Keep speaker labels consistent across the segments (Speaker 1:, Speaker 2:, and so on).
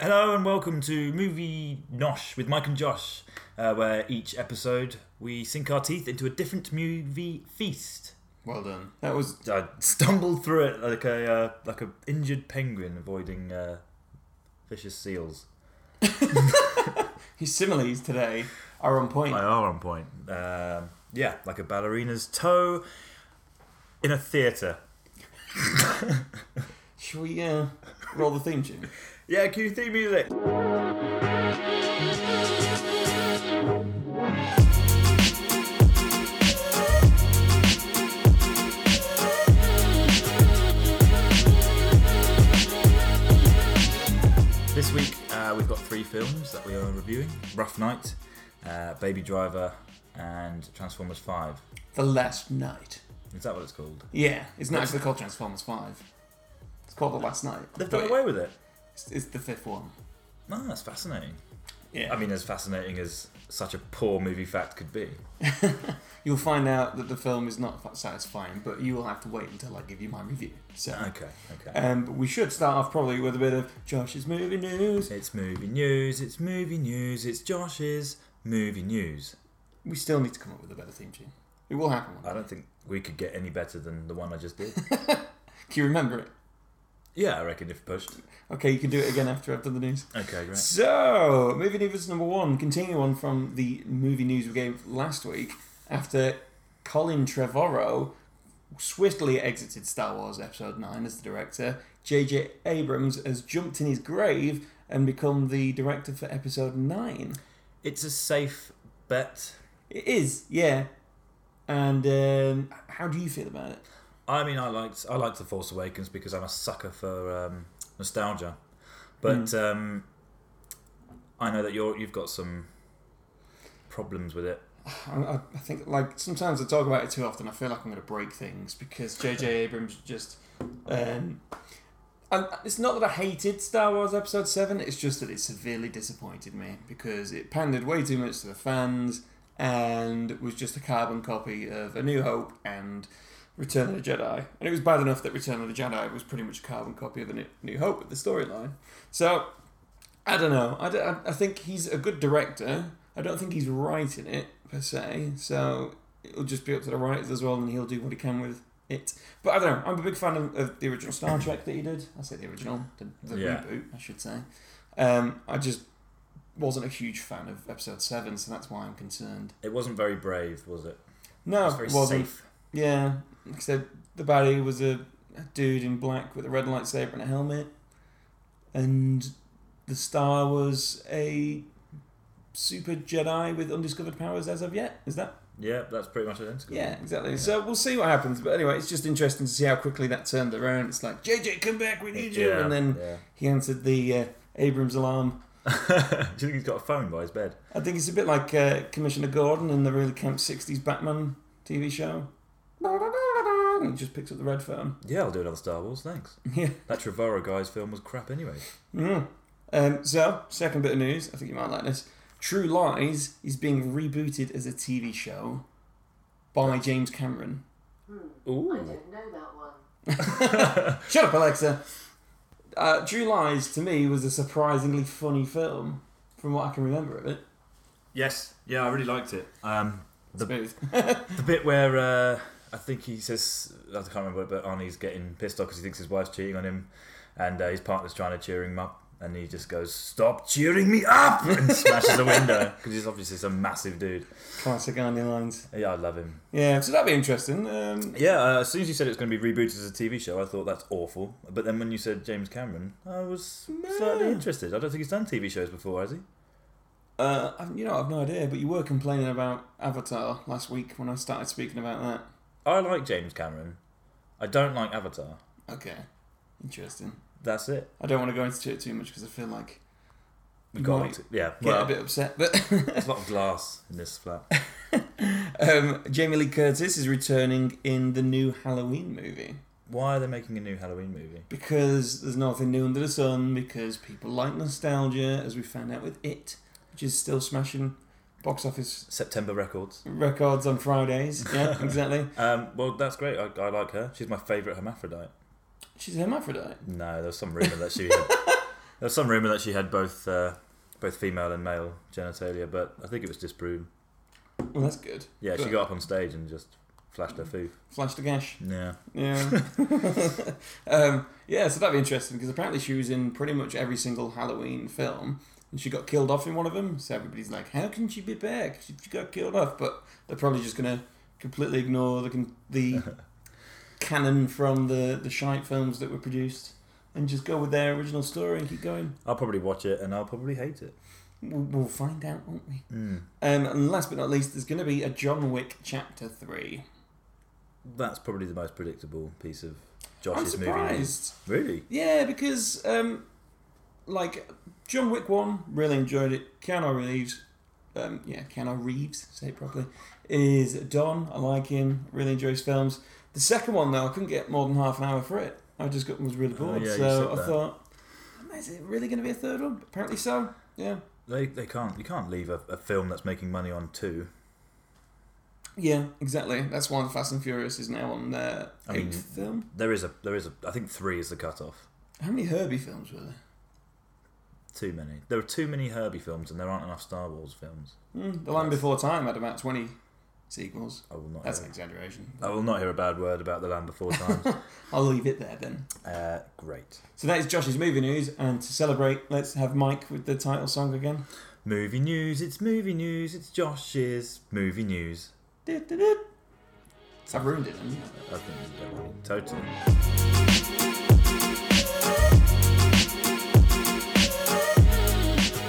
Speaker 1: Hello and welcome to Movie Nosh with Mike and Josh, uh, where each episode we sink our teeth into a different movie feast.
Speaker 2: Well done.
Speaker 1: That was I stumbled through it like a uh, like a injured penguin avoiding uh, vicious seals.
Speaker 2: His similes today are on point.
Speaker 1: They are on point. Um yeah, like a ballerina's toe in a theatre.
Speaker 2: Should we uh, roll the theme tune?
Speaker 1: Yeah, cue theme music. This week uh, we've got three films that we are reviewing: Rough Night, uh, Baby Driver, and Transformers Five.
Speaker 2: The Last Night.
Speaker 1: Is that what it's called?
Speaker 2: Yeah, it's not actually called Transformers 5. It's called The Last Night.
Speaker 1: They've done
Speaker 2: But
Speaker 1: away with it.
Speaker 2: It's, it's the fifth one. Um,
Speaker 1: No, that's fascinating.
Speaker 2: Yeah.
Speaker 1: I mean, as fascinating as such a poor movie fact could be.
Speaker 2: You'll find out that the film is not that satisfying, but you will have to wait until I give you my review. So,
Speaker 1: Okay, okay.
Speaker 2: um, but we should start off probably with a bit of Josh's movie news.
Speaker 1: It's movie news, it's movie news, it's Josh's movie news.
Speaker 2: We still need to come up with a better theme tune. It will happen. One.
Speaker 1: I don't think we could get any better than the one I just did.
Speaker 2: Can you remember it?
Speaker 1: yeah, I reckon if pushed.
Speaker 2: Okay, you can do it again after I've done the news.
Speaker 1: Okay, great.
Speaker 2: So, movie news number one, continuing on from the movie news we gave last week, after Colin Trevorrow swiftly exited Star Wars Episode 9 as the director, J.J. Abrams has jumped in his grave and become the director for Episode 9.
Speaker 1: It's a safe bet.
Speaker 2: It is, yeah. And um, how do you feel about it?
Speaker 1: I mean, I liked I liked The Force Awakens because I'm a sucker for um, nostalgia, but
Speaker 2: Hmm.
Speaker 1: um, I know that you're you've got some problems with it.
Speaker 2: I, I- I think like sometimes I talk about it too often. I feel like I'm going to break things because J.J. Abrams just. Um, and it's not that I hated Star Wars Episode Seven. It's just that it severely disappointed me because it pandered way too much to the fans and was just a carbon copy of A New Hope and Return of the Jedi. And it was bad enough that Return of the Jedi was pretty much a carbon copy of A New- New Hope with the storyline. So I don't know. I, don't- I think he's a good director. I don't think he's writing it per se. So it'll just be up to the writers as well, and he'll do what he can with it. But I don't know. I'm a big fan of, of the original Star Trek that he did. I say the original, the, the
Speaker 1: Yeah.
Speaker 2: reboot, I should say. Um, I just wasn't a huge fan of Episode Seven, so that's why I'm concerned.
Speaker 1: It wasn't very brave, was it?
Speaker 2: No,
Speaker 1: it was very
Speaker 2: it wasn't.
Speaker 1: safe.
Speaker 2: Yeah, like I said, the baddie was a, a dude in black with a red lightsaber and a helmet, and the star was a super Jedi with undiscovered powers as of yet. Is that?
Speaker 1: Yeah, that's pretty much identical.
Speaker 2: Yeah, exactly. So we'll see what happens. But anyway, it's just interesting to see how quickly that turned around. It's like JJ, come back, we need you,
Speaker 1: Yeah,
Speaker 2: and then
Speaker 1: yeah.
Speaker 2: he answered the uh, Abrams alarm.
Speaker 1: Do you think he's got a phone by his bed?
Speaker 2: I think it's a bit like uh, Commissioner Gordon in the really camp '60s Batman TV show. And he just picks up the red phone.
Speaker 1: Yeah, I'll do another Star Wars, thanks.
Speaker 2: Yeah.
Speaker 1: That Trevorrow guy's film was crap anyway.
Speaker 2: Mm. Um, so, second bit of news. I think you might like this. True Lies is being rebooted as a TV show by James Cameron.
Speaker 3: I
Speaker 1: Ooh.
Speaker 3: don't know that one.
Speaker 2: Shut up, Alexa. Uh, True Lies to me was a surprisingly funny film, from what I can remember of it.
Speaker 1: Yes, yeah, I really liked it. Um, The-
Speaker 2: Smooth.
Speaker 1: the bit where uh, I think he says, I can't remember, but Arnie's getting pissed off because he thinks his wife's cheating on him, and uh, his partner's trying to cheer him up. And he just goes, "Stop cheering me up!" and smashes the window because he's obviously some massive dude.
Speaker 2: Classic Arnie lines.
Speaker 1: Yeah, I love him.
Speaker 2: Yeah, so that'd be interesting. Um,
Speaker 1: Yeah, uh, as soon as you said it was going to be rebooted as a TV show, I thought that's awful. But then when you said James Cameron, I was slightly
Speaker 2: Nah.
Speaker 1: interested. I don't think he's done TV shows before, has he?
Speaker 2: uh, I've- you know, I've no idea, but you were complaining about Avatar last week when I started speaking about that.
Speaker 1: I like James Cameron. I don't like Avatar.
Speaker 2: Okay, interesting.
Speaker 1: That's it.
Speaker 2: I don't want to go into it too much because I feel like
Speaker 1: We
Speaker 2: You
Speaker 1: got
Speaker 2: might
Speaker 1: to, yeah.
Speaker 2: get
Speaker 1: Well,
Speaker 2: a bit upset, but
Speaker 1: there's a lot of glass in this flat.
Speaker 2: Um, Jamie Lee Curtis is returning in the new Halloween movie
Speaker 1: Why are they making a new Halloween movie?
Speaker 2: because there's nothing new under the sun. Because people like nostalgia, as we found out with it, which is still smashing box office
Speaker 1: September Records.
Speaker 2: records on Fridays. Yeah, exactly.
Speaker 1: Um, well, that's great. I, I like her. She's my favourite hermaphrodite.
Speaker 2: She's a hermaphrodite.
Speaker 1: No, there was some rumour that she had There was some rumor that she had both uh, both female and male genitalia, but I think it was disproven.
Speaker 2: Well, that's good.
Speaker 1: Yeah, she
Speaker 2: But-
Speaker 1: got up on stage and just flashed her food.
Speaker 2: Flash the gash.
Speaker 1: Yeah,
Speaker 2: Yeah. um, yeah, so that'd be interesting because apparently she was in pretty much every single Halloween film and she got killed off in one of them. So everybody's like, how can she be back? She, she got killed off. But they're probably just going to completely ignore the, con- the canon from the, the shite films that were produced and just go with their original story and keep going.
Speaker 1: I'll probably watch it and I'll probably hate it.
Speaker 2: We'll, we'll find out, won't we?
Speaker 1: Mm.
Speaker 2: Um, and last but not least, there's going to be a John Wick Chapter 3.
Speaker 1: That's probably the most predictable piece of
Speaker 2: I'm
Speaker 1: Josh's movie. news.
Speaker 2: surprised.
Speaker 1: Really?
Speaker 2: Yeah, because um, like John Wick one, really enjoyed it. Keanu Reeves, um, yeah, Keanu Reeves, say it properly, is Don. I like him. Really enjoy his films. The second one though, I couldn't get more than half an hour for it. I just got was really
Speaker 1: Oh,
Speaker 2: bored,
Speaker 1: yeah, you said
Speaker 2: so I
Speaker 1: that.
Speaker 2: thought, is it really going to be a third one? Apparently so. Yeah,
Speaker 1: They they can't you can't leave a, a film that's making money on two.
Speaker 2: yeah, exactly. That's why the Fast and Furious is now on their
Speaker 1: I mean-
Speaker 2: eighth film.
Speaker 1: There is a there is a I think three is the cutoff.
Speaker 2: How many Herbie films were there?
Speaker 1: Too many. There are too many Herbie films and there aren't enough Star Wars films.
Speaker 2: Hmm, the Land Before Time had about twenty sequels.
Speaker 1: I will not.
Speaker 2: That's an
Speaker 1: hear,
Speaker 2: exaggeration.
Speaker 1: I will not hear a bad word about the Land Before Times.
Speaker 2: I'll leave it there then.
Speaker 1: uh, great
Speaker 2: So that is Josh's movie news, and to celebrate, let's have Mike with the title song again.
Speaker 1: movie news. It's movie news. It's Josh's movie news.
Speaker 2: I've ruined it. haven't
Speaker 1: I think it's definitely- totally.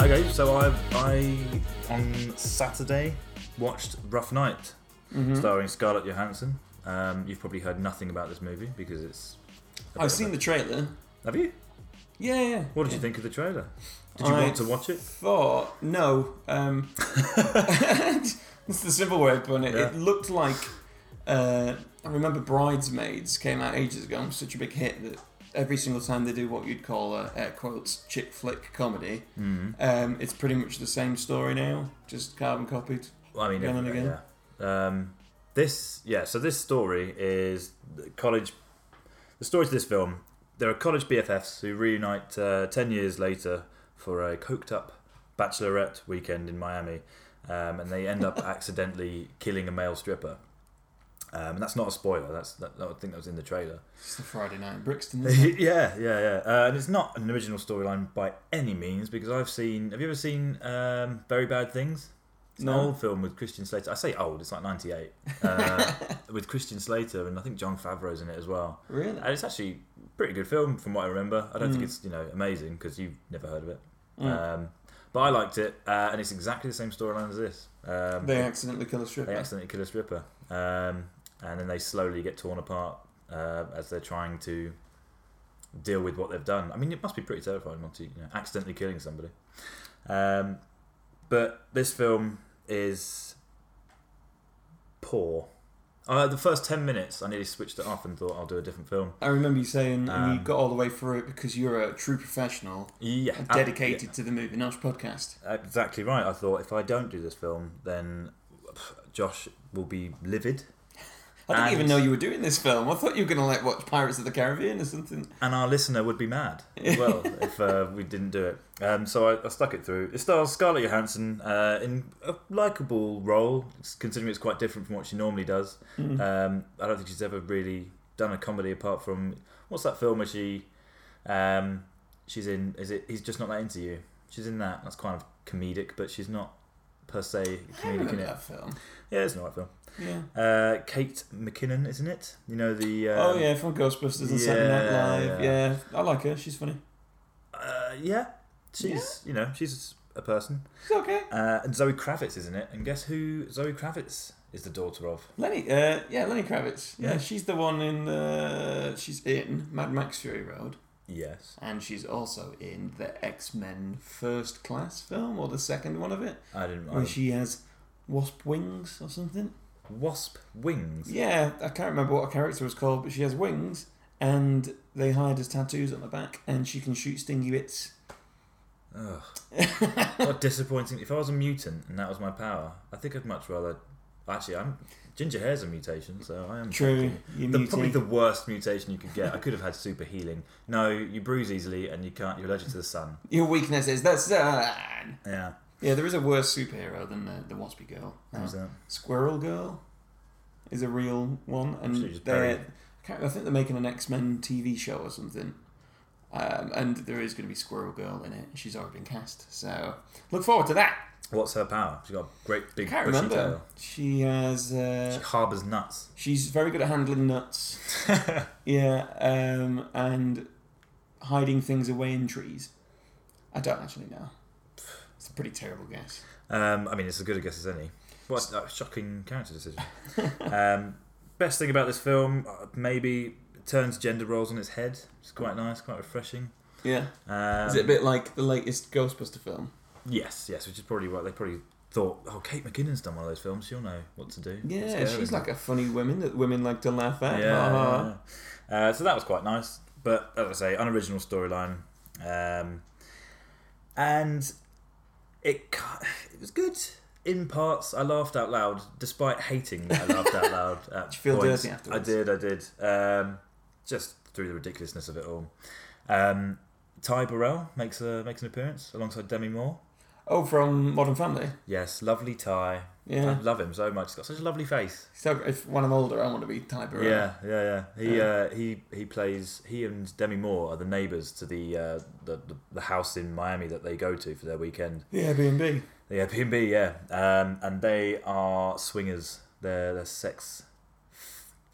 Speaker 1: Okay, so I I on Saturday watched Rough Night,
Speaker 2: I? Mhm.
Speaker 1: starring Scarlett Johansson. Um, you've probably heard nothing about this movie because it's. a bit
Speaker 2: I've
Speaker 1: of
Speaker 2: seen
Speaker 1: a-
Speaker 2: the trailer.
Speaker 1: Have you?
Speaker 2: Yeah, yeah.
Speaker 1: What did you think of the trailer? Did you
Speaker 2: I-
Speaker 1: want to watch it?
Speaker 2: Thought no. Um, it's the simple way of putting it. It
Speaker 1: Yeah.
Speaker 2: looked like uh, I remember Bridesmaids came out ages ago and was such a big hit that every single time they do what you'd call a air quotes chick flick comedy,
Speaker 1: Mm.
Speaker 2: um, it's pretty much the same story now, just carbon copied.
Speaker 1: Well, I mean,
Speaker 2: Again and
Speaker 1: everywhere,
Speaker 2: again.
Speaker 1: yeah. Um, this, yeah. So this story is the college. The story to this film: there are college BFFs who reunite uh, ten years later for a coked-up bachelorette weekend in Miami, um, and they end up accidentally killing a male stripper. Um, and that's not a spoiler. That's that, I think that was in the trailer.
Speaker 2: It's the Friday night in Brixton. Isn't it?
Speaker 1: yeah, yeah, yeah. Uh, and it's not an original storyline by any means because I've seen. Have you ever seen um, Very Bad Things? It's
Speaker 2: No.
Speaker 1: an old film with Christian Slater. I say old, it's like 98. Uh, with Christian Slater and I think John Favreau's in it as well.
Speaker 2: Really?
Speaker 1: And it's actually a pretty good film from what I remember. I don't
Speaker 2: Mm.
Speaker 1: think it's, you know, amazing because you've never heard of it.
Speaker 2: Mm.
Speaker 1: Um, but I liked it uh, and it's exactly the same storyline as this. Um,
Speaker 2: Mm. they accidentally kill a stripper.
Speaker 1: they accidentally kill a stripper, um, and then they slowly get torn apart uh, as they're trying to deal with what they've done. I mean, it must be pretty terrifying not to you know, accidentally killing somebody. Um, but this film is poor. Uh, the first ten minutes, I nearly switched it off and thought I'll do a different film.
Speaker 2: I remember you saying and you
Speaker 1: Um,
Speaker 2: got all the way through it because you're a true professional
Speaker 1: Yeah,
Speaker 2: and
Speaker 1: uh,
Speaker 2: dedicated to the Movie Nosh podcast.
Speaker 1: yeah, exactly right. I thought if I don't do this film, then pff, Josh will be livid,
Speaker 2: I didn't
Speaker 1: And-
Speaker 2: even know you were doing this film. I thought you were going to like watch Pirates of the Caribbean or something.
Speaker 1: and our listener would be mad as well if uh, we didn't do it. Um, so I, I stuck it through. It stars Scarlett Johansson uh, in a likable role, considering it's quite different from what she normally does.
Speaker 2: Mm-hmm.
Speaker 1: Um, I don't think she's ever really done a comedy apart from what's that film where she um, she's in? Is it? He's just not that into you. She's in that. That's kind of comedic, but she's not per se
Speaker 2: I
Speaker 1: comedic
Speaker 2: remember
Speaker 1: in it.
Speaker 2: that film.
Speaker 1: Yeah, it's an alright film.
Speaker 2: Yeah.
Speaker 1: Uh, Kate McKinnon, isn't it? You know the. Um,
Speaker 2: oh yeah, from Ghostbusters and Saturday Night
Speaker 1: yeah,
Speaker 2: Live. Yeah. I like her. She's funny.
Speaker 1: Uh, yeah, she's you know she's a person.
Speaker 2: She's okay.
Speaker 1: Uh, and Zoe Kravitz, isn't it? And guess who Zoe Kravitz is the daughter of?
Speaker 2: Lenny. Uh, yeah, Lenny Kravitz. Yeah,
Speaker 1: Yeah.
Speaker 2: she's the one in. Uh, she's in Mad Max Fury Road,
Speaker 1: Yes.
Speaker 2: and she's also in the X Men First Class film or the second one of it.
Speaker 1: I didn't
Speaker 2: where
Speaker 1: mind.
Speaker 2: she has wasp wings or something.
Speaker 1: Wasp Wings.
Speaker 2: Yeah, I can't remember what her character was called, but she has wings, and they hide as tattoos on her back, and she can shoot stingy bits.
Speaker 1: Ugh. what disappointing. If I was a mutant and that was my power, I think I'd much rather Actually, I'm ginger hair's a mutation, so I am
Speaker 2: True. You
Speaker 1: the,
Speaker 2: mutate.
Speaker 1: probably the worst mutation you could get. I could have had super healing. No, you bruise easily and you can't. You're allergic to the sun.
Speaker 2: Your weakness is the sun.
Speaker 1: Yeah,
Speaker 2: Yeah, there is a worse superhero than the, the Waspy Girl.
Speaker 1: how's that?
Speaker 2: Squirrel Girl is a real one, and
Speaker 1: Absolutely just
Speaker 2: they're,
Speaker 1: bury it.
Speaker 2: I, can't, I think they're making an X Men TV show or something. Um, and there is going to be Squirrel Girl in it. She's already been cast, so look forward to that.
Speaker 1: What's her power? She's got a great
Speaker 2: I
Speaker 1: big
Speaker 2: can't
Speaker 1: bushy
Speaker 2: remember.
Speaker 1: tail.
Speaker 2: She has.
Speaker 1: She
Speaker 2: Uh,
Speaker 1: harbors nuts.
Speaker 2: she's very good at handling nuts. Yeah, um, and hiding things away in trees. I don't actually know. It's a pretty terrible guess.
Speaker 1: Um, I mean, it's as good a guess as any. What a shocking character decision. um, best thing about this film, uh, maybe it turns gender roles on its head. It's quite nice, quite refreshing.
Speaker 2: Yeah.
Speaker 1: Um,
Speaker 2: Is it a bit like the latest Ghostbuster film?
Speaker 1: Yes, yes, which is probably what they probably thought. Oh, Kate McKinnon's done one of those films. She'll know what to do. Let's
Speaker 2: Yeah,
Speaker 1: get her
Speaker 2: she's
Speaker 1: in.
Speaker 2: like a funny woman that women like to laugh
Speaker 1: yeah.
Speaker 2: at. Uh-huh.
Speaker 1: yeah, yeah. Uh, so that was quite nice, but as I say, unoriginal storyline, um, and it ki- it was good in parts. I laughed out loud, despite hating that I laughed out loud. At
Speaker 2: Did you feel
Speaker 1: points.
Speaker 2: dirty
Speaker 1: I
Speaker 2: afterwards?
Speaker 1: did, I did. Um, just through the ridiculousness of it all. Um, Ty Burrell makes a makes an appearance alongside Demi Moore.
Speaker 2: Oh, from Modern Family.
Speaker 1: Yes, lovely Ty.
Speaker 2: Yeah.
Speaker 1: I love him so much. He's got such a lovely face.
Speaker 2: So if when I'm older, I want to be Ty Burrell.
Speaker 1: Yeah, yeah, yeah. He uh, he he plays. He and Demi Moore are the neighbors to the, uh, the the the house in Miami that they go to for their weekend.
Speaker 2: The Airbnb.
Speaker 1: The Airbnb, yeah. Um, and they are swingers. They're they're sex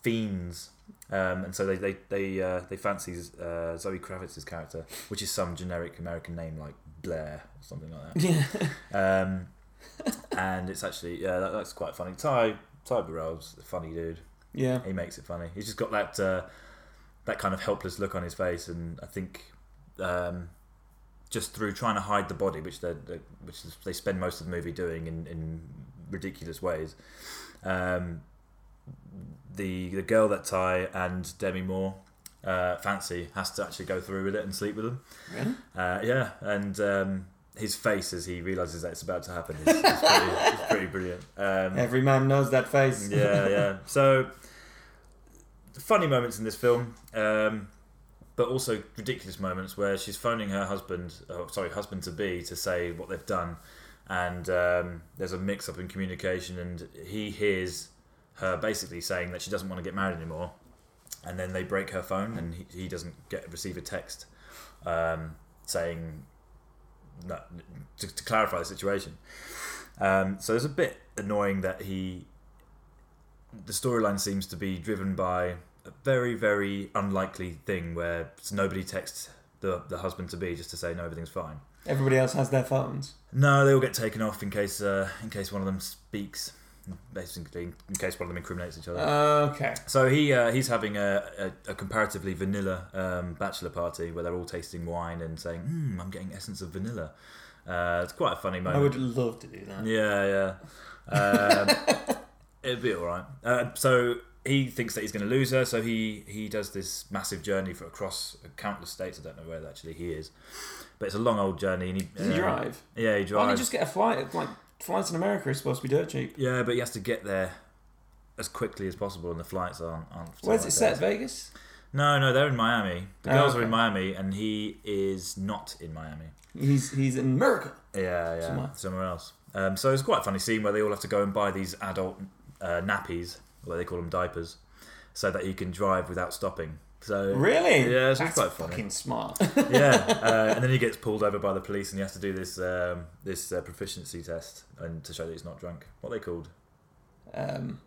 Speaker 1: fiends. Um, and so they they they uh, they fancy uh, Zoe Kravitz's character, which is some generic American name like Blair or something like that.
Speaker 2: Yeah.
Speaker 1: Um, and it's actually yeah, that, that's quite funny. Ty Ty Burrell's a funny dude.
Speaker 2: Yeah.
Speaker 1: He makes it funny. He's just got that uh, that kind of helpless look on his face, and I think um, just through trying to hide the body, which they which is, they spend most of the movie doing in, in ridiculous ways. Um, the the girl that Ty and Demi Moore uh, fancy has to actually go through with it and sleep with him.
Speaker 2: Really?
Speaker 1: Uh, yeah, and um, his face as he realizes that it's about to happen is, is, pretty, is pretty brilliant. Um,
Speaker 2: Every man knows that face.
Speaker 1: yeah, yeah. So funny moments in this film, um, but also ridiculous moments where she's phoning her husband, oh, sorry, husband to be, to say what they've done, and um, there's a mix up in communication, and he hears her basically saying that she doesn't want to get married anymore, and then they break her phone, and he, he doesn't get receive a text um, saying. No, to, to clarify the situation, um, so it's a bit annoying that he the storyline seems to be driven by a very, very unlikely thing where nobody texts the, the husband to be just to say no, everything's fine.
Speaker 2: Everybody else has their phones.
Speaker 1: No, they all get taken off in case uh, in case one of them speaks, basically in case one of them incriminates each other.
Speaker 2: Okay.
Speaker 1: so he uh, he's having a, a, a comparatively vanilla um, bachelor party where they're all tasting wine and saying, mm, "I'm getting essence of vanilla." Uh, it's quite a funny moment.
Speaker 2: I would love to do that.
Speaker 1: Yeah, yeah. Um, it'd be all right. Uh, so he thinks that he's going to lose her, so he he does this massive journey for across countless states. I don't know where actually he is, but it's a long old journey. And he,
Speaker 2: Does he
Speaker 1: uh,
Speaker 2: drive?
Speaker 1: Yeah, he
Speaker 2: Why don't you
Speaker 1: drives.
Speaker 2: just get a flight? Like flights in America are supposed to be dirt cheap.
Speaker 1: Yeah, but he has to get there as quickly as possible, and the flights aren't. aren't
Speaker 2: Where's it
Speaker 1: aren't
Speaker 2: set?
Speaker 1: there.
Speaker 2: Vegas.
Speaker 1: No, no, they're in Miami. The
Speaker 2: Oh,
Speaker 1: girls are
Speaker 2: okay.
Speaker 1: in Miami, and he is not in Miami.
Speaker 2: He's he's in America.
Speaker 1: Yeah, yeah,
Speaker 2: Somewhere.
Speaker 1: somewhere, else. Um, so it's quite a funny scene where they all have to go and buy these adult uh, nappies, or they call them diapers, so that he can drive without stopping. So
Speaker 2: Really?
Speaker 1: Yeah, it's
Speaker 2: That's
Speaker 1: quite funny.
Speaker 2: fucking smart.
Speaker 1: yeah, uh, and then he gets pulled over by the police, and he has to do this um, this uh, proficiency test and to show that he's not drunk. What are they called?
Speaker 2: um,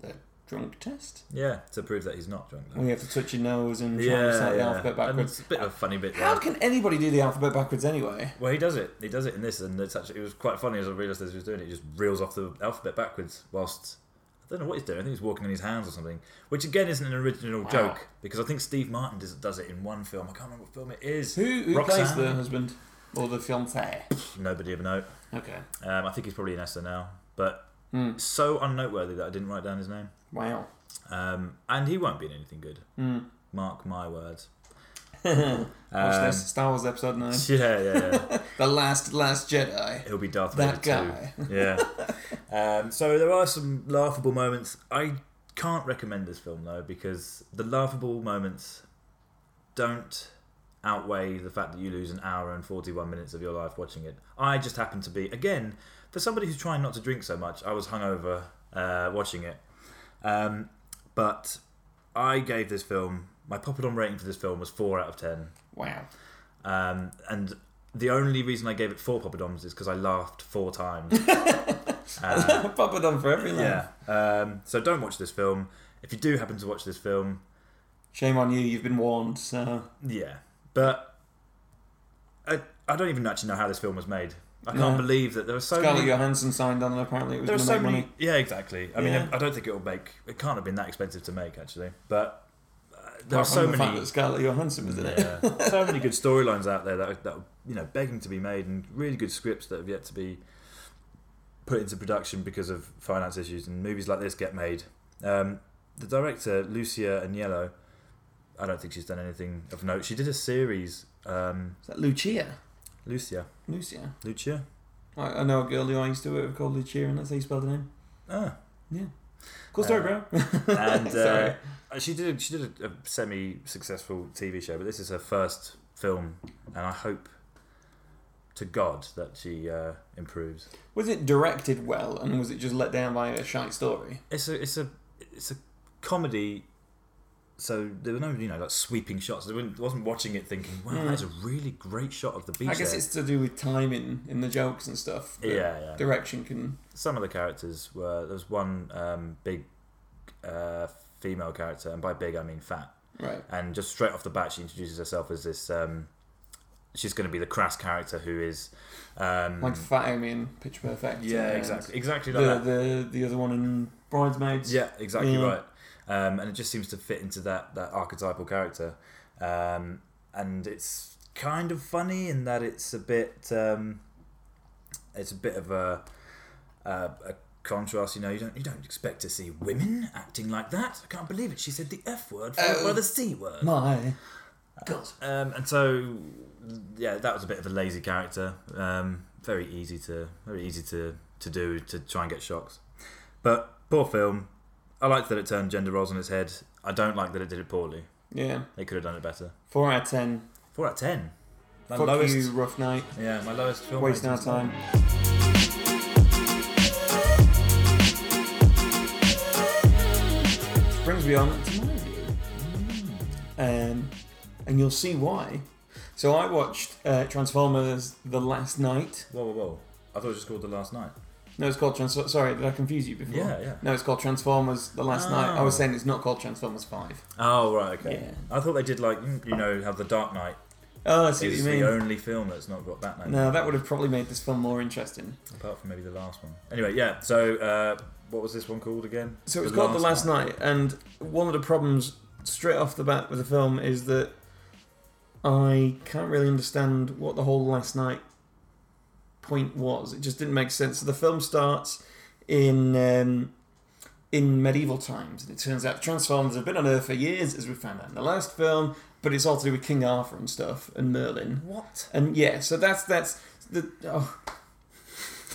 Speaker 2: the drunk test.
Speaker 1: Yeah, to prove that he's not drunk.
Speaker 2: We have to touch your nose and try and
Speaker 1: Yeah,
Speaker 2: recite the
Speaker 1: yeah.
Speaker 2: alphabet
Speaker 1: And
Speaker 2: backwards.
Speaker 1: it's a bit of a funny bit.
Speaker 2: How
Speaker 1: there.
Speaker 2: can anybody do the alphabet backwards anyway?
Speaker 1: Well, he does it. He does it in this, and it's actually it was quite funny as I realised as he was doing it. He just reels off the alphabet backwards whilst I don't know what he's doing. I think he's walking on his hands or something, which again isn't an original
Speaker 2: Wow.
Speaker 1: joke because I think Steve Martin does, does it in one film. I can't remember what film it is.
Speaker 2: Who, who
Speaker 1: Roxanne.
Speaker 2: plays the husband or the fiance?
Speaker 1: Nobody ever know.
Speaker 2: Okay.
Speaker 1: Um, I think he's probably in SNL, but
Speaker 2: Hmm.
Speaker 1: so unnoteworthy that I didn't write down his name.
Speaker 2: Wow.
Speaker 1: Um, and he won't be in anything good.
Speaker 2: Hmm.
Speaker 1: Mark my words.
Speaker 2: Watch
Speaker 1: Um,
Speaker 2: this Star Wars Episode 9.
Speaker 1: Yeah, yeah, yeah.
Speaker 2: The Last Last Jedi.
Speaker 1: He'll be Darth Vader
Speaker 2: That
Speaker 1: too. Yeah. um, so there are some laughable moments. I can't recommend this film though because the laughable moments don't outweigh the fact that you lose an hour and 41 minutes of your life watching it. I just happened to be again for somebody who's trying not to drink so much. I was hungover uh, watching it, um, but I gave this film my poppadom rating for this film was four out of ten.
Speaker 2: Wow.
Speaker 1: Um, and the only reason I gave it four poppadoms is because I laughed four times. Uh,
Speaker 2: Pop it on for every laugh.
Speaker 1: yeah. Um, so don't watch this film. If you do happen to watch this film,
Speaker 2: Shame on you, you've been warned, so.
Speaker 1: yeah. But I, I don't even actually know how this film was made. I can't
Speaker 2: No.
Speaker 1: believe that there are so
Speaker 2: Scarlett
Speaker 1: many.
Speaker 2: Johansson signed on and apparently it was
Speaker 1: There are
Speaker 2: going to
Speaker 1: so
Speaker 2: make
Speaker 1: many.
Speaker 2: money.
Speaker 1: Yeah, exactly. I
Speaker 2: Yeah.
Speaker 1: mean, I don't think it'll make. It can't have been that expensive to make actually. But uh, there are
Speaker 2: Apart
Speaker 1: so
Speaker 2: from the fact
Speaker 1: many.
Speaker 2: that Scarlett Johansson was in it.
Speaker 1: Yeah. so many good storylines out there that are, that are you know begging to be made, and really good scripts that have yet to be put into production because of finance issues. And movies like this get made. Um, the director Lucia Agnello, I don't think she's done anything of note. She did a series, um,
Speaker 2: Is that Lucia?
Speaker 1: Lucia,
Speaker 2: Lucia.
Speaker 1: Lucia.
Speaker 2: I, I know a girl who I used to work with called Lucia, and that's how you spell the name.
Speaker 1: Ah,
Speaker 2: Cool story, bro.
Speaker 1: and uh,
Speaker 2: Sorry.
Speaker 1: she did she did a, a semi-successful TV show, but this is her first film, and I hope to God that she uh, improves.
Speaker 2: Was it directed well, and was it just let down by a shite story?
Speaker 1: it's a it's a it's a comedy. So there were no you know like sweeping shots. I wouldn't- wasn't watching it thinking, wow,
Speaker 2: Mm.
Speaker 1: that's a really great shot of the beach.
Speaker 2: I guess
Speaker 1: there."
Speaker 2: it's to do with timing in the jokes and stuff. but
Speaker 1: yeah, yeah.
Speaker 2: Direction can.
Speaker 1: Some of the characters were there was one um, big uh, female character, and by big I mean fat.
Speaker 2: Right.
Speaker 1: And just straight off the bat, she introduces herself as this. Um, she's going to be the crass character who is. Um,
Speaker 2: Like Fat Amy in Pitch Perfect.
Speaker 1: yeah,
Speaker 2: and
Speaker 1: exactly, exactly like
Speaker 2: The,
Speaker 1: that.
Speaker 2: the, the other one in Bridesmaids.
Speaker 1: Yeah, exactly
Speaker 2: Yeah.
Speaker 1: right. Um, and it just seems to fit into that that archetypal character, um, and it's kind of funny in that it's a bit um, it's a bit of a, a, a contrast. You know, you don't you don't expect to see women acting like that. I can't believe it. She said the f word followed by
Speaker 2: Oh.
Speaker 1: the c word.
Speaker 2: My. God.
Speaker 1: Um, and so, yeah, that was a bit of a lazy character. Um, very easy to very easy to, to do to try and get shocks. But poor film. I liked that it turned gender roles on its head. I don't like that it did it poorly.
Speaker 2: Yeah.
Speaker 1: They could have done it better.
Speaker 2: Four out of ten.
Speaker 1: Four out of ten. My
Speaker 2: Fuck
Speaker 1: lowest.
Speaker 2: you, rough night.
Speaker 1: Yeah, my lowest film.
Speaker 2: Wasting our
Speaker 1: rating.
Speaker 2: time. Which brings me on to my review. Um, and you'll see why. So I watched uh, Transformers The Last Night.
Speaker 1: Whoa, whoa, whoa! I thought it was just called the last night.
Speaker 2: No, it's called Transformers. Sorry, did I confuse you before?
Speaker 1: Yeah, yeah.
Speaker 2: No, it's called Transformers The Last Night. I was
Speaker 1: Oh.
Speaker 2: saying it's not called Transformers 5.
Speaker 1: Oh right, okay.
Speaker 2: Yeah.
Speaker 1: I thought they did like mm, you know how the Dark Knight
Speaker 2: Oh, I see what
Speaker 1: is
Speaker 2: you
Speaker 1: the
Speaker 2: mean.
Speaker 1: only film that's not got that name.
Speaker 2: No, that would have probably made this film more interesting.
Speaker 1: Apart from maybe the last one. Anyway, yeah. So uh, what was this one called again?
Speaker 2: So it was called The Last Night, and one of the problems straight off the bat with the film is that I can't really understand what the whole Last Night point was. It just didn't make sense. So the film starts in um, in medieval times, and it turns out Transformers have been on Earth for years, as we found out in the last film. But it's all to do with King Arthur and stuff, and Merlin.
Speaker 1: What?
Speaker 2: And yeah, so that's that's the oh.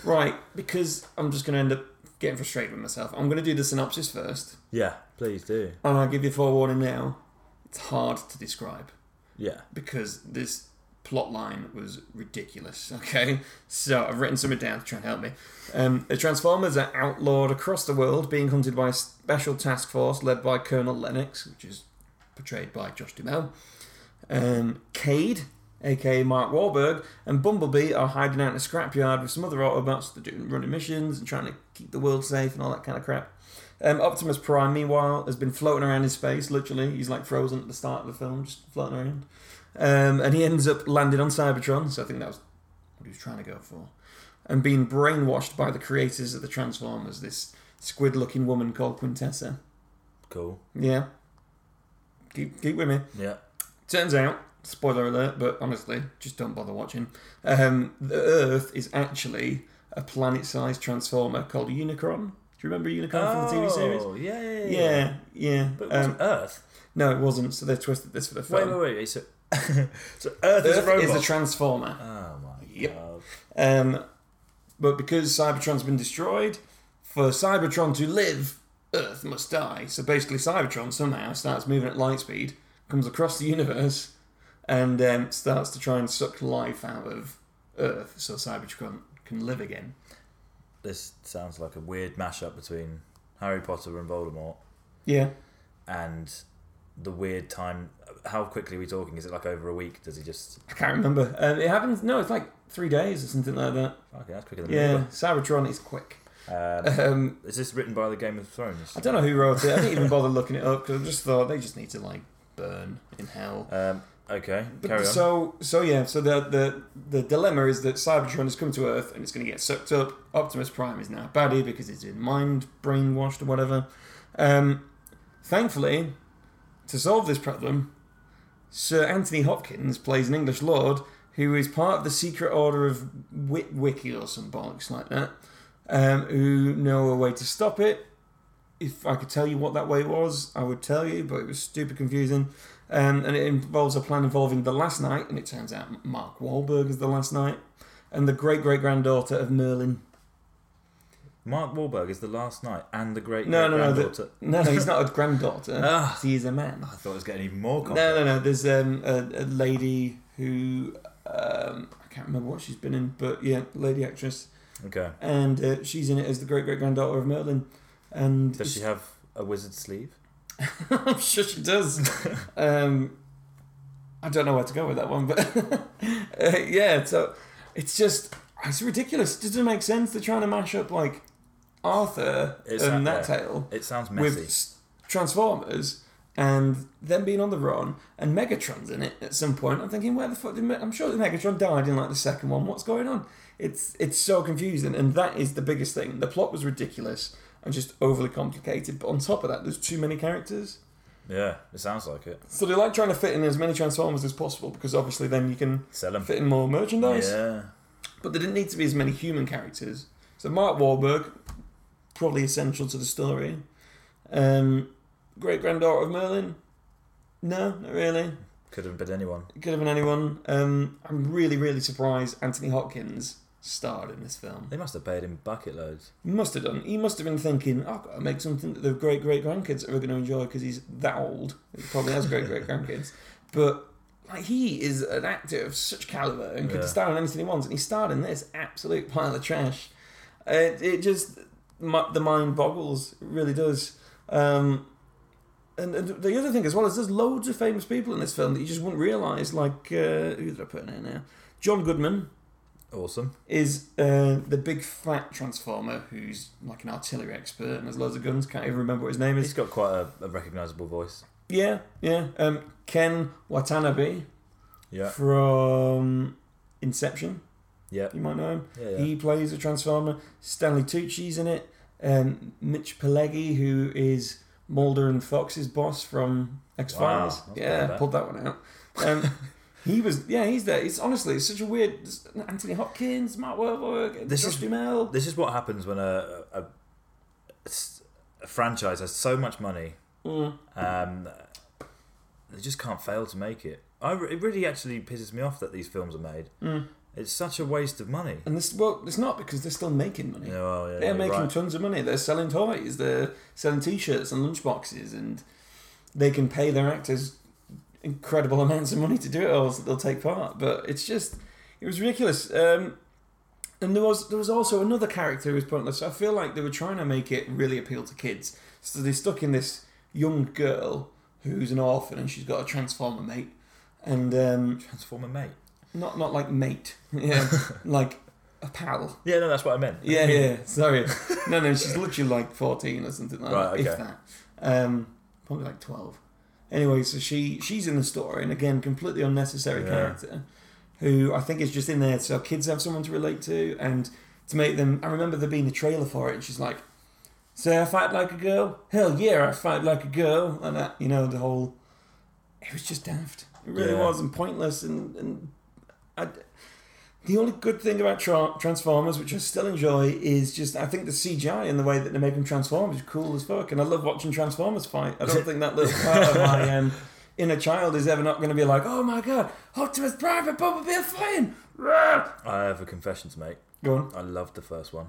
Speaker 2: right because I'm just going to end up getting frustrated with myself. I'm going to do the synopsis first,
Speaker 1: Yeah, please do.
Speaker 2: and I'll give you a forewarning now. It's hard to describe
Speaker 1: Yeah.
Speaker 2: because this plot line was ridiculous. Okay, so I've written something down to try and help me. Um, the Transformers are outlawed across the world, being hunted by a special task force led by Colonel Lennox, which is portrayed by Josh Duhamel. Um, Cade, aka Mark Wahlberg, and Bumblebee are hiding out in a scrapyard with some other Autobots. They're doing running missions and trying to keep the world safe and all that kind of crap. Um, Optimus Prime, meanwhile, has been floating around in space. Literally, he's like frozen at the start of the film, just floating around. Um, and he ends up landing on Cybertron, so I think that was what he was trying to go for. And being brainwashed by the creators of the Transformers, this squid looking woman called Quintessa.
Speaker 1: Cool.
Speaker 2: Yeah. Keep, keep with me.
Speaker 1: Yeah.
Speaker 2: Turns out, spoiler alert, but honestly, just don't bother watching. Um, the Earth is actually a planet sized transformer called Unicron. Do you remember Unicron from the TV series?
Speaker 1: Oh, yeah, yeah, yeah.
Speaker 2: Yeah, yeah.
Speaker 1: But it
Speaker 2: Um,
Speaker 1: wasn't Earth.
Speaker 2: no, it wasn't, so they twisted this for the film.
Speaker 1: Wait, wait, wait. So so Earth, is a
Speaker 2: Earth
Speaker 1: robot.
Speaker 2: is a transformer.
Speaker 1: oh my
Speaker 2: Yep.
Speaker 1: god.
Speaker 2: Um, but because Cybertron's been destroyed, for Cybertron to live, Earth must die. So basically, Cybertron somehow starts moving at light speed, comes across the universe, and um, starts to try and suck life out of Earth so Cybertron can live again.
Speaker 1: This sounds like a weird mashup between Harry Potter and Voldemort
Speaker 2: Yeah.
Speaker 1: and the weird time. How quickly are we talking? Is it like over a week? Does he just.
Speaker 2: I can't remember. Um, it happens, no, it's like three days or something like that.
Speaker 1: Okay, that's quicker than
Speaker 2: Yeah, Cybertron is quick.
Speaker 1: yeah. Um,
Speaker 2: Um,
Speaker 1: Is this written by the Game of Thrones?
Speaker 2: I don't know who wrote it. I didn't even bother looking it up because I just thought they just need to like burn in hell.
Speaker 1: Um, okay,
Speaker 2: But
Speaker 1: carry on.
Speaker 2: so so yeah, so the, the the dilemma is that Cybertron has come to Earth and it's going to get sucked up. Optimus Prime is now a baddie because he's been mind brainwashed or whatever. Um, thankfully, to solve this problem, Sir Anthony Hopkins plays an English lord who is part of the secret order of Witwicky or some bollocks like that, um, who know a way to stop it. If I could tell you what that way was, I would tell you, but it was stupid confusing. Um, and it involves a plan involving the last knight, and it turns out Mark Wahlberg is the last knight, and the great great granddaughter of Merlin.
Speaker 1: Mark Wahlberg is the last night and the great
Speaker 2: No, no, no, the-
Speaker 1: granddaughter.
Speaker 2: No, no, he's not a granddaughter.
Speaker 1: Ah,
Speaker 2: Uh, He is a man.
Speaker 1: I thought it was getting even more
Speaker 2: No,
Speaker 1: complex.
Speaker 2: no, no. There's um, a, a lady who um, I can't remember what she's been in, but yeah, lady actress,
Speaker 1: Okay.
Speaker 2: and uh, she's in it as the great great granddaughter of Merlin. And
Speaker 1: Does she have a wizard sleeve?
Speaker 2: I'm sure she does. um, I don't know where to go with that one, but uh, yeah. So it's just it's ridiculous. It doesn't make sense. They're trying to mash up like Arthur
Speaker 1: It's
Speaker 2: and
Speaker 1: that- yeah.
Speaker 2: that tale
Speaker 1: It sounds
Speaker 2: with
Speaker 1: messy.
Speaker 2: s- Transformers and them being on the run and Megatron's in it at some point. I'm thinking, where the fuck did Me- I'm sure the Megatron died in like the second one. What's going on? It's it's so confusing, and that is the biggest thing. The plot was ridiculous and just overly complicated. But on top of that, there's too many characters.
Speaker 1: Yeah, it sounds like it.
Speaker 2: So they like trying to fit in as many Transformers as possible because obviously then you can
Speaker 1: Sell them.
Speaker 2: fit in more merchandise.
Speaker 1: Yeah.
Speaker 2: But there didn't need to be as many human characters. So Mark Wahlberg, probably essential to the story. Um, great granddaughter of Merlin. No, not really.
Speaker 1: Could have been anyone.
Speaker 2: It could have been anyone. Um, I'm really, really surprised Anthony Hopkins starred in this film.
Speaker 1: They must have paid him bucket loads.
Speaker 2: He must have done. He must have been thinking, oh, I've got to make something that the great great grandkids are going to enjoy because he's that old. He probably has great great grandkids. But like he is an actor of such caliber and could
Speaker 1: Yeah.
Speaker 2: star in anything he wants, and he starred in this absolute pile of trash. It, it just my, the mind boggles. It really does. Um, and, and the other thing as well is there's loads of famous people in this film that you just wouldn't realise. Like uh, who did I put in here now? John Goodman
Speaker 1: Awesome.
Speaker 2: is uh, the big fat transformer who's like an artillery expert and has loads of guns. Can't even remember what his name
Speaker 1: He's
Speaker 2: is.
Speaker 1: got quite a, a recognisable voice.
Speaker 2: Yeah, yeah. Um, Ken Watanabe
Speaker 1: Yeah.
Speaker 2: from Inception.
Speaker 1: Yeah.
Speaker 2: You might know him.
Speaker 1: Yeah. yeah.
Speaker 2: He plays a transformer. Stanley Tucci's in it. Um, Mitch Pileggi, who is Mulder and Fox's boss from X Files.
Speaker 1: that's
Speaker 2: yeah,
Speaker 1: bad.
Speaker 2: pulled that one out. Um, he was. Yeah, he's there. It's honestly it's such a weird. Anthony Hopkins, Mark Wahlberg,
Speaker 1: This is-
Speaker 2: Josh Duhamel.
Speaker 1: This is what happens when a, a, a franchise has so much money
Speaker 2: Mm.
Speaker 1: um, they just can't fail to make it. I, it really actually pisses me off that these films are made. It's such a waste of money.
Speaker 2: And this, well, it's not because they're still making money.
Speaker 1: Yeah, well, yeah,
Speaker 2: they're
Speaker 1: you're
Speaker 2: making
Speaker 1: right.
Speaker 2: tons of money. They're selling toys. They're selling T-shirts and lunchboxes, and they can pay their actors incredible amounts of money to do it, or else they'll take part. But it's just, it was ridiculous. Um, and there was there was also another character who was pointless. I feel like they were trying to make it really appeal to kids, so they stuck in this young girl who's an orphan and she's got a transformer mate, and um,
Speaker 1: Transformer mate.
Speaker 2: not not like mate, yeah, like a pal.
Speaker 1: Yeah, no, that's what I meant.
Speaker 2: Yeah, yeah. Sorry. No, no. She's literally like fourteen or something like
Speaker 1: Right,
Speaker 2: that,
Speaker 1: okay.
Speaker 2: if that. Um, probably like twelve. Anyway, so she she's in the story, and again, completely unnecessary
Speaker 1: Yeah.
Speaker 2: character, who I think is just in there so kids have someone to relate to, and to make them. I remember there being a trailer for it, and she's like, "Say I fight like a girl? Hell yeah, I fight like a girl!" And that, you know, the whole. It was just daft. It really
Speaker 1: Yeah.
Speaker 2: was, and pointless, and and I, the only good thing about tra- Transformers, which I still enjoy, is just I think the CGI and the way that they make them transform is cool as fuck, and I love watching Transformers fight. I don't think that little part of my um, inner child is ever not going to be like, oh my god, Optimus Prime and Bumblebee are fighting. Rah!
Speaker 1: I have a confession to make.
Speaker 2: Go on.
Speaker 1: I loved the first one.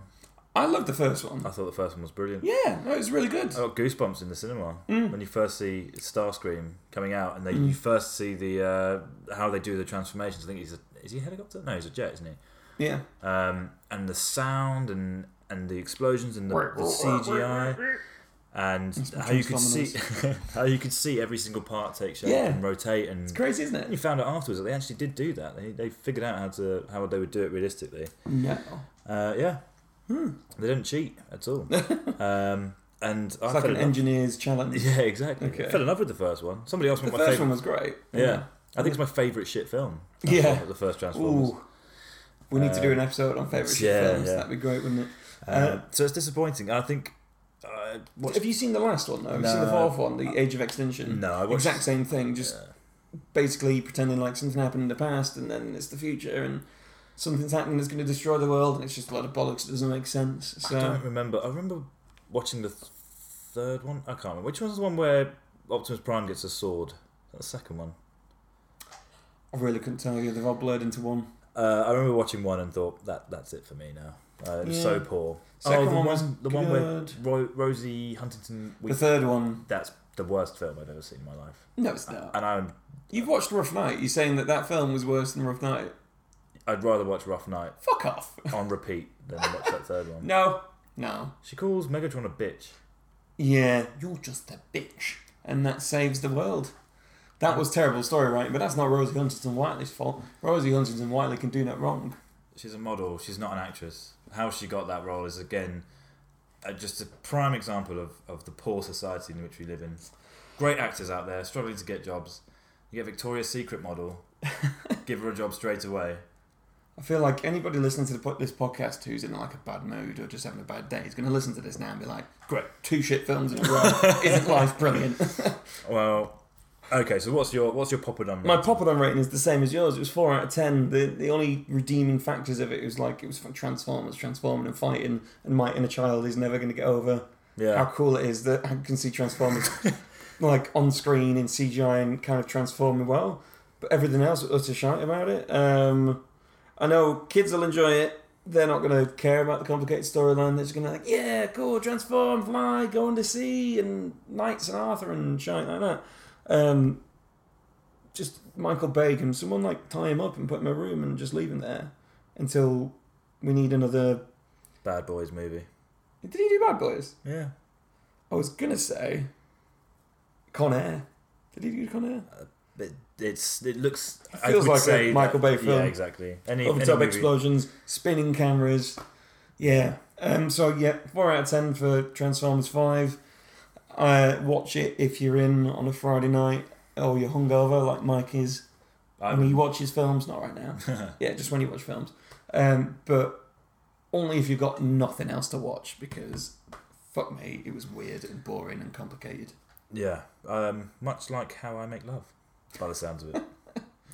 Speaker 2: I love the first one.
Speaker 1: I thought the first one was brilliant.
Speaker 2: Yeah, no, it was really good.
Speaker 1: I got goosebumps in the cinema when you first see Starscream coming out, and then you first see the uh, how they do the transformations. I think he's a is he a helicopter? No, he's a jet, isn't he?
Speaker 2: Yeah.
Speaker 1: Um, and the sound and and the explosions and the, the CGI and how you could see how you could see every single part take shape
Speaker 2: Yeah.
Speaker 1: and rotate and
Speaker 2: It's crazy, isn't
Speaker 1: you
Speaker 2: it?
Speaker 1: found out afterwards that they actually did do that. They, they figured out how to how they would do it realistically.
Speaker 2: No.
Speaker 1: Uh, yeah,
Speaker 2: Hmm.
Speaker 1: they didn't cheat at all. um, and I
Speaker 2: It's like
Speaker 1: fell
Speaker 2: an
Speaker 1: in love-
Speaker 2: engineer's challenge.
Speaker 1: yeah, exactly. I
Speaker 2: Okay.
Speaker 1: fell in love with the first one. Somebody else
Speaker 2: The
Speaker 1: was my
Speaker 2: first
Speaker 1: favorite.
Speaker 2: one was great.
Speaker 1: yeah. I think it's my favorite shit film.
Speaker 2: Yeah.
Speaker 1: the first Transformers.
Speaker 2: Ooh. We need to do an episode on favourite shit
Speaker 1: Uh, yeah,
Speaker 2: films.
Speaker 1: yeah.
Speaker 2: That'd be great, wouldn't it?
Speaker 1: Uh, so it's disappointing. I think. Uh, what's-
Speaker 2: Have you seen the last one though? Have you seen the
Speaker 1: No.
Speaker 2: fourth one, the Age of Extinction?
Speaker 1: No, I watched-
Speaker 2: exact same thing, just
Speaker 1: Yeah.
Speaker 2: basically pretending like something happened in the past and then it's the future and something's happening that's going to destroy the world and it's just a lot of bollocks that doesn't make sense. So
Speaker 1: I don't remember. I remember watching the th- third one. I can't remember which one's the one where Optimus Prime gets a sword. Is that the second one.
Speaker 2: I really couldn't tell you. They've all blurred into one.
Speaker 1: Uh, I remember watching one and thought that that's it for me now. Uh, it was so
Speaker 2: Yeah.
Speaker 1: poor.
Speaker 2: Second
Speaker 1: the
Speaker 2: one was
Speaker 1: the one where
Speaker 2: good.
Speaker 1: Ro- Rosie Huntington. We-
Speaker 2: The third one,
Speaker 1: that's the worst film I've ever seen in my life.
Speaker 2: no, it's not.
Speaker 1: And I'm,
Speaker 2: You've watched Rough Night. You're saying that that film was worse than Rough Night.
Speaker 1: I'd rather watch Rough Night
Speaker 2: Fuck off.
Speaker 1: on repeat than watch that third one.
Speaker 2: No, no.
Speaker 1: She calls Megatron a bitch.
Speaker 2: Yeah, you're just a bitch, and that saves the world. That was terrible story, right? But that's not Rosie Huntington Whiteley's fault. Rosie Huntington Whiteley can do no wrong.
Speaker 1: She's a model. She's not an actress. How she got that role is again uh, just a prime example of, of the poor society in which we live in. Great actors out there struggling to get jobs. You get Victoria's Secret model, give her a job straight away.
Speaker 2: I feel like anybody listening to the, po- this podcast who's in like a bad mood or just having a bad day is going to listen to this now and be like,
Speaker 1: Great.
Speaker 2: two shit films in a row. Isn't life brilliant?
Speaker 1: Well, okay. So what's your what's your popper number?
Speaker 2: My Poppadom rating is the same as yours. It was four out of ten. The the only redeeming factors of it was like it was from Transformers, transforming and fighting, and my inner child is never going to get over how
Speaker 1: yeah.
Speaker 2: cool it is that I can see Transformers like on screen in CGI and kind of transforming well. But everything else was utter shite about it. Um, I know kids will enjoy it. They're not going to care about the complicated storyline. They're just going to be like, yeah, cool, transform, fly, go on to sea, and knights and Arthur and shite like that. Um, just Michael Bay, can someone like tie him up and put him in a room and just leave him there until we need another.
Speaker 1: Bad Boys movie.
Speaker 2: Did he do Bad Boys?
Speaker 1: Yeah.
Speaker 2: I was gonna say Con Air. Did he do Con Air?
Speaker 1: It, it's it looks.
Speaker 2: feels
Speaker 1: I would
Speaker 2: like a
Speaker 1: say
Speaker 2: Michael Bay
Speaker 1: Yeah,
Speaker 2: film.
Speaker 1: exactly. Any,
Speaker 2: Over
Speaker 1: any
Speaker 2: top
Speaker 1: movie-
Speaker 2: explosions, spinning cameras. Yeah. Um. So yeah, four out of ten for Transformers Five. Uh, watch it if you're in on a Friday night or you're hungover like Mike is.
Speaker 1: I'm-
Speaker 2: when you watch his films, not right now. yeah, just when you watch films. Um, but only if you've got nothing else to watch because fuck me, it was weird and boring and complicated.
Speaker 1: Yeah, um, much like how I make love, by the sounds of it,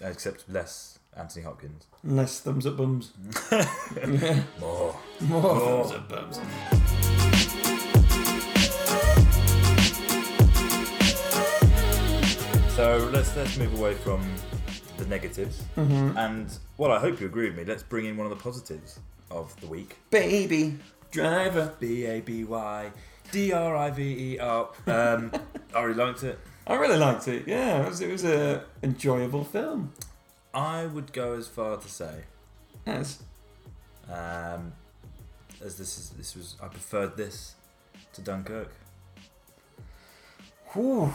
Speaker 1: except less Anthony Hopkins.
Speaker 2: Less thumbs up bums.
Speaker 1: More.
Speaker 2: More
Speaker 1: Oh.
Speaker 2: thumbs up bums.
Speaker 1: So let's let's move away from the negatives, and well, I hope you agree with me. Let's bring in one of the positives of the week.
Speaker 2: Baby Driver.
Speaker 1: B A B Y D R I V E R. Um, I really liked it.
Speaker 2: I really liked it. Yeah, it was, it was a enjoyable film.
Speaker 1: I would go as far to say,
Speaker 2: Yes.
Speaker 1: um, as this is this was I preferred this to Dunkirk.
Speaker 2: Whew.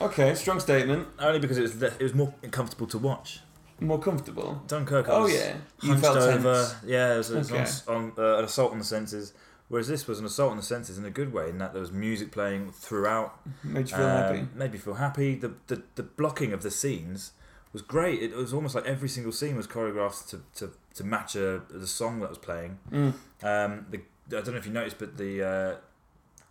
Speaker 2: Okay, strong statement.
Speaker 1: Only because it was le- it was more comfortable to watch.
Speaker 2: More comfortable.
Speaker 1: Dunkirk. I
Speaker 2: Oh
Speaker 1: was
Speaker 2: yeah, you
Speaker 1: hunched
Speaker 2: felt
Speaker 1: over.
Speaker 2: tense.
Speaker 1: Yeah, it was, it was
Speaker 2: Okay.
Speaker 1: on, on, uh, an assault on the senses. Whereas this was an assault on the senses in a good way, in that there was music playing throughout.
Speaker 2: Made you feel
Speaker 1: Um,
Speaker 2: happy.
Speaker 1: Made me feel happy. The, the the blocking of the scenes was great. It was almost like every single scene was choreographed to, to, to match a, the song that was playing.
Speaker 2: Mm.
Speaker 1: Um, the, I don't know if you noticed, but the uh,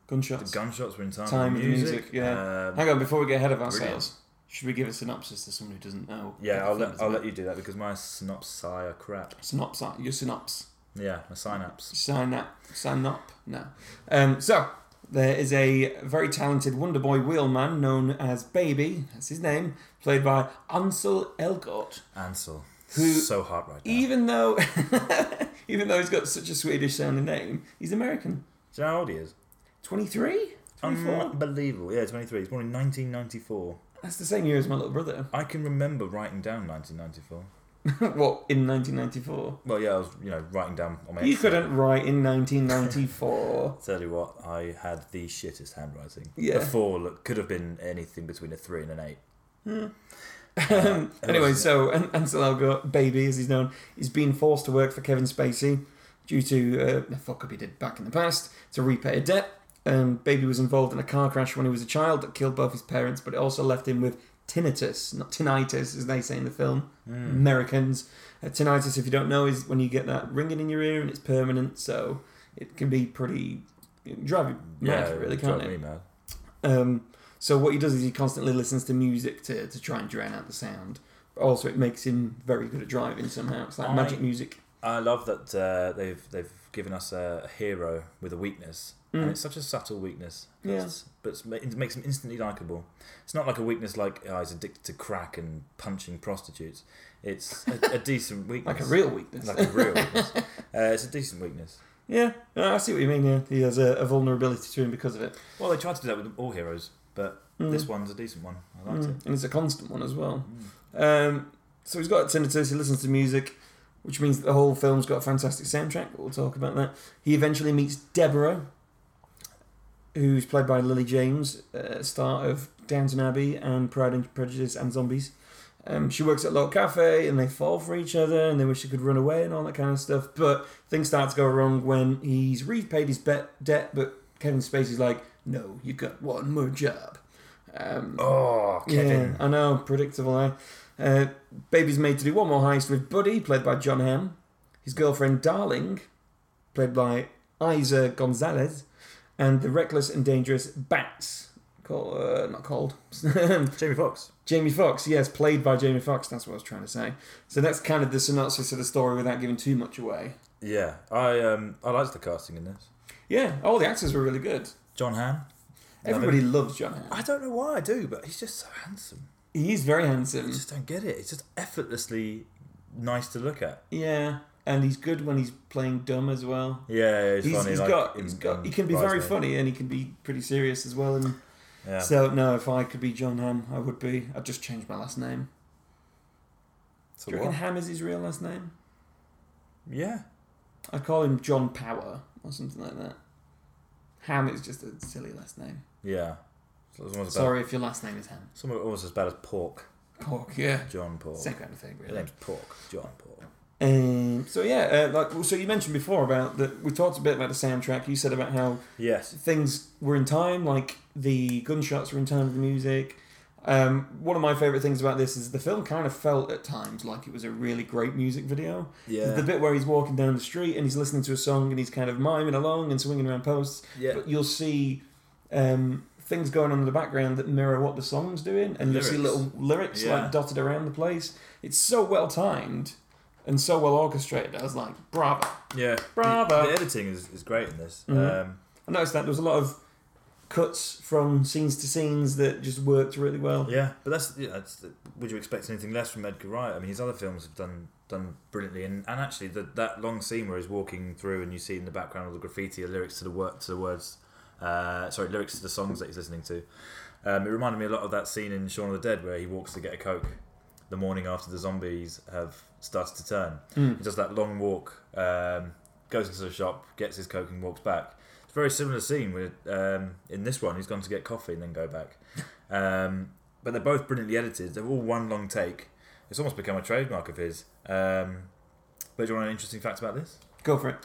Speaker 1: the
Speaker 2: Gunshots.
Speaker 1: gunshots were in time,
Speaker 2: Time
Speaker 1: with
Speaker 2: with
Speaker 1: the
Speaker 2: the
Speaker 1: music.
Speaker 2: music, yeah.
Speaker 1: Um,
Speaker 2: Hang on, before we get ahead of
Speaker 1: Brilliant.
Speaker 2: ourselves, should we give a synopsis to someone who doesn't know? what
Speaker 1: yeah,
Speaker 2: the
Speaker 1: I'll
Speaker 2: film
Speaker 1: let,
Speaker 2: is
Speaker 1: I'll
Speaker 2: about? uh,
Speaker 1: let you do that because my synopsis are crap.
Speaker 2: Synopsis. Your synopsis.
Speaker 1: Yeah, my synapse.
Speaker 2: Sign up. Sign up. No. Um. So There is a very talented Wonder Boy wheelman known as Baby, that's his name, played by Ansel Elgort.
Speaker 1: Ansel.
Speaker 2: Who-
Speaker 1: so hot right now.
Speaker 2: Even though, even though he's got such a Swedish sounding name, he's American.
Speaker 1: Do you know how old he is?
Speaker 2: 23? 24?
Speaker 1: Um, Unbelievable. Yeah, 23. He's born in 1994.
Speaker 2: That's the same year as my little brother.
Speaker 1: I can remember writing down 1994.
Speaker 2: what, in 1994?
Speaker 1: Well, yeah, I was, you know, writing down on my.
Speaker 2: You
Speaker 1: Excel.
Speaker 2: couldn't write in 1994.
Speaker 1: Tell you what, I had the shittest handwriting.
Speaker 2: Yeah.
Speaker 1: A four look, could have been anything between a three and an eight. Uh,
Speaker 2: Um, Hmm. anyway, so An- Ansel Elgort, baby as he's known, he's been forced to work for Kevin Spacey due to uh, the fuck up he did back in the past to repay a debt. Um, baby was involved in a car crash when he was a child that killed both his parents, but it also left him with tinnitus, not tinnitus as they say in the film.
Speaker 1: Hmm.
Speaker 2: Americans, uh, tinnitus, if you don't know, is when you get that ringing in your ear and it's permanent, so it can be pretty it can drive you mad,
Speaker 1: yeah,
Speaker 2: really,
Speaker 1: it drove
Speaker 2: can't it?
Speaker 1: me mad.
Speaker 2: Um, so what he does is he constantly listens to music to, to try and drown out the sound. Also, it makes him very good at driving somehow. It's like
Speaker 1: I-
Speaker 2: magic music.
Speaker 1: I love that uh, they've they've given us a hero with a weakness, and it's such a subtle weakness.
Speaker 2: Mm. Yeah.
Speaker 1: It's- but it's, ma- it makes him instantly likable. It's not like a weakness like oh, he's addicted to crack and punching prostitutes. It's a, a decent weakness,
Speaker 2: Like a real weakness.
Speaker 1: like a real weakness. Uh, it's a decent weakness.
Speaker 2: yeah, no, I see what you mean. Yeah, he has a, a vulnerability to him because of it,
Speaker 1: Well, they tried to do that with all heroes, but this one's a decent one. I liked it.
Speaker 2: Mm, and it's a constant one as well. Um, so he's got tinnitus. He listens to music, which means that the whole film's got a fantastic soundtrack. But we'll talk about that. He eventually meets Deborah, who's played by Lily James, uh, star of Downton Abbey and Pride and Prejudice and Zombies. Um, she works at Lot Cafe and they fall for each other and they wish she could run away and all that kind of stuff. But things start to go wrong when he's repaid his bet- debt, but Kevin Spacey's like, no, you got one more job. Um,
Speaker 1: Oh, Kevin.
Speaker 2: yeah, I know, predictable. Eh? Uh, Baby's made to do one more heist with Buddy, played by John Hamm, his girlfriend Darling, played by Isa Gonzalez, and the reckless and dangerous Bats, call, uh, not called,
Speaker 1: Jamie Fox.
Speaker 2: Jamie Foxx, yes, played by Jamie Foxx. That's what I was trying to say. So that's kind of the synopsis of the story without giving too much away.
Speaker 1: Yeah, I um I liked the casting in this.
Speaker 2: Yeah, all the actors were really good.
Speaker 1: John Hamm. Love
Speaker 2: Everybody loves John Hamm.
Speaker 1: I don't know why I do, but he's just so handsome.
Speaker 2: He's very handsome.
Speaker 1: I just don't get it. It's just effortlessly nice to look at.
Speaker 2: Yeah, and he's good when he's playing dumb as well.
Speaker 1: Yeah, it's
Speaker 2: He's,
Speaker 1: funny.
Speaker 2: he's
Speaker 1: like,
Speaker 2: got,
Speaker 1: in-
Speaker 2: he's got,
Speaker 1: in
Speaker 2: he can be very
Speaker 1: Bridesmaid.
Speaker 2: funny and he can be pretty serious as well. And
Speaker 1: Yeah.
Speaker 2: so, no, if I could be John Ham, I would be. I'd just change my last name.
Speaker 1: So
Speaker 2: Do you reckon
Speaker 1: what?
Speaker 2: Ham is his real last name?
Speaker 1: yeah.
Speaker 2: I call him John Power or something like that. Ham is just a silly last name.
Speaker 1: Yeah. So it's almost as bad-
Speaker 2: Sorry if your last name is Ham.
Speaker 1: It's almost almost as bad as Pork.
Speaker 2: Pork, yeah.
Speaker 1: John Pork.
Speaker 2: Same kind of thing,
Speaker 1: His
Speaker 2: really.
Speaker 1: name's Pork. John Pork.
Speaker 2: Um, so yeah, uh, like well, so you mentioned before about that. We talked a bit about the soundtrack. You said about how
Speaker 1: Yes.
Speaker 2: things were in time, like the gunshots were in time with the music. Um, one of my favourite things about this is the film kind of felt at times like it was a really great music video.
Speaker 1: Yeah.
Speaker 2: The bit where he's walking down the street and he's listening to a song and he's kind of miming along and swinging around posts.
Speaker 1: Yeah.
Speaker 2: But you'll see um, things going on in the background that mirror what the song's doing, and you'll see
Speaker 1: Lyrics.
Speaker 2: little lyrics
Speaker 1: Yeah.
Speaker 2: like dotted around the place. It's so well timed and so well orchestrated. I was like, bravo.
Speaker 1: Yeah.
Speaker 2: Bravo.
Speaker 1: The, the editing is, is great in this.
Speaker 2: Mhm.
Speaker 1: Um,
Speaker 2: I noticed that there was a lot of cuts from scenes to scenes that just worked really well.
Speaker 1: yeah, but that's, yeah, that's would you expect anything less from Edgar Wright? I mean, his other films have done done brilliantly, and, and actually the, that long scene where he's walking through and you see in the background all the graffiti, the lyrics to the work to the words, uh, sorry, lyrics to the songs that he's listening to. Um, it reminded me a lot of that scene in Shaun of the Dead where he walks to get a coke the morning after the zombies have started to turn.
Speaker 2: Hmm.
Speaker 1: He does that long walk, um, goes into the shop, gets his coke and walks back. It's a very similar scene with um, in this one. He's gone to get coffee and then go back. Um, but they're both brilliantly edited. They're all one long take. It's almost become a trademark of his. Um, but do you want an interesting fact about this?
Speaker 2: Go for it.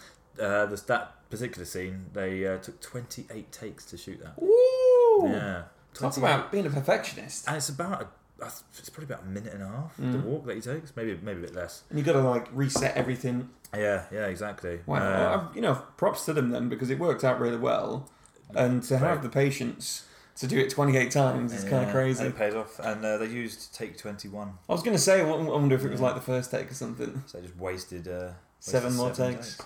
Speaker 1: Uh, this, that particular scene, they uh, took 28 takes to shoot that.
Speaker 2: Woo!
Speaker 1: Yeah.
Speaker 2: Talk
Speaker 1: 28.
Speaker 2: about being a perfectionist.
Speaker 1: And it's about, a, I th- it's probably about a minute and a half, the
Speaker 2: Mm.
Speaker 1: walk that he takes. Maybe maybe a bit less.
Speaker 2: And you got to like reset everything.
Speaker 1: Yeah, yeah, exactly.
Speaker 2: Wow.
Speaker 1: Uh,
Speaker 2: I- you know, props to them then because it worked out really well. And to have
Speaker 1: Right.
Speaker 2: the patience to do it 28 times is kind
Speaker 1: yeah,
Speaker 2: of crazy.
Speaker 1: And it pays off. And uh, they used take 21.
Speaker 2: I was going to say, I won- I wonder if it was like the first take or something.
Speaker 1: So they just wasted, uh, wasted
Speaker 2: Seven more takes.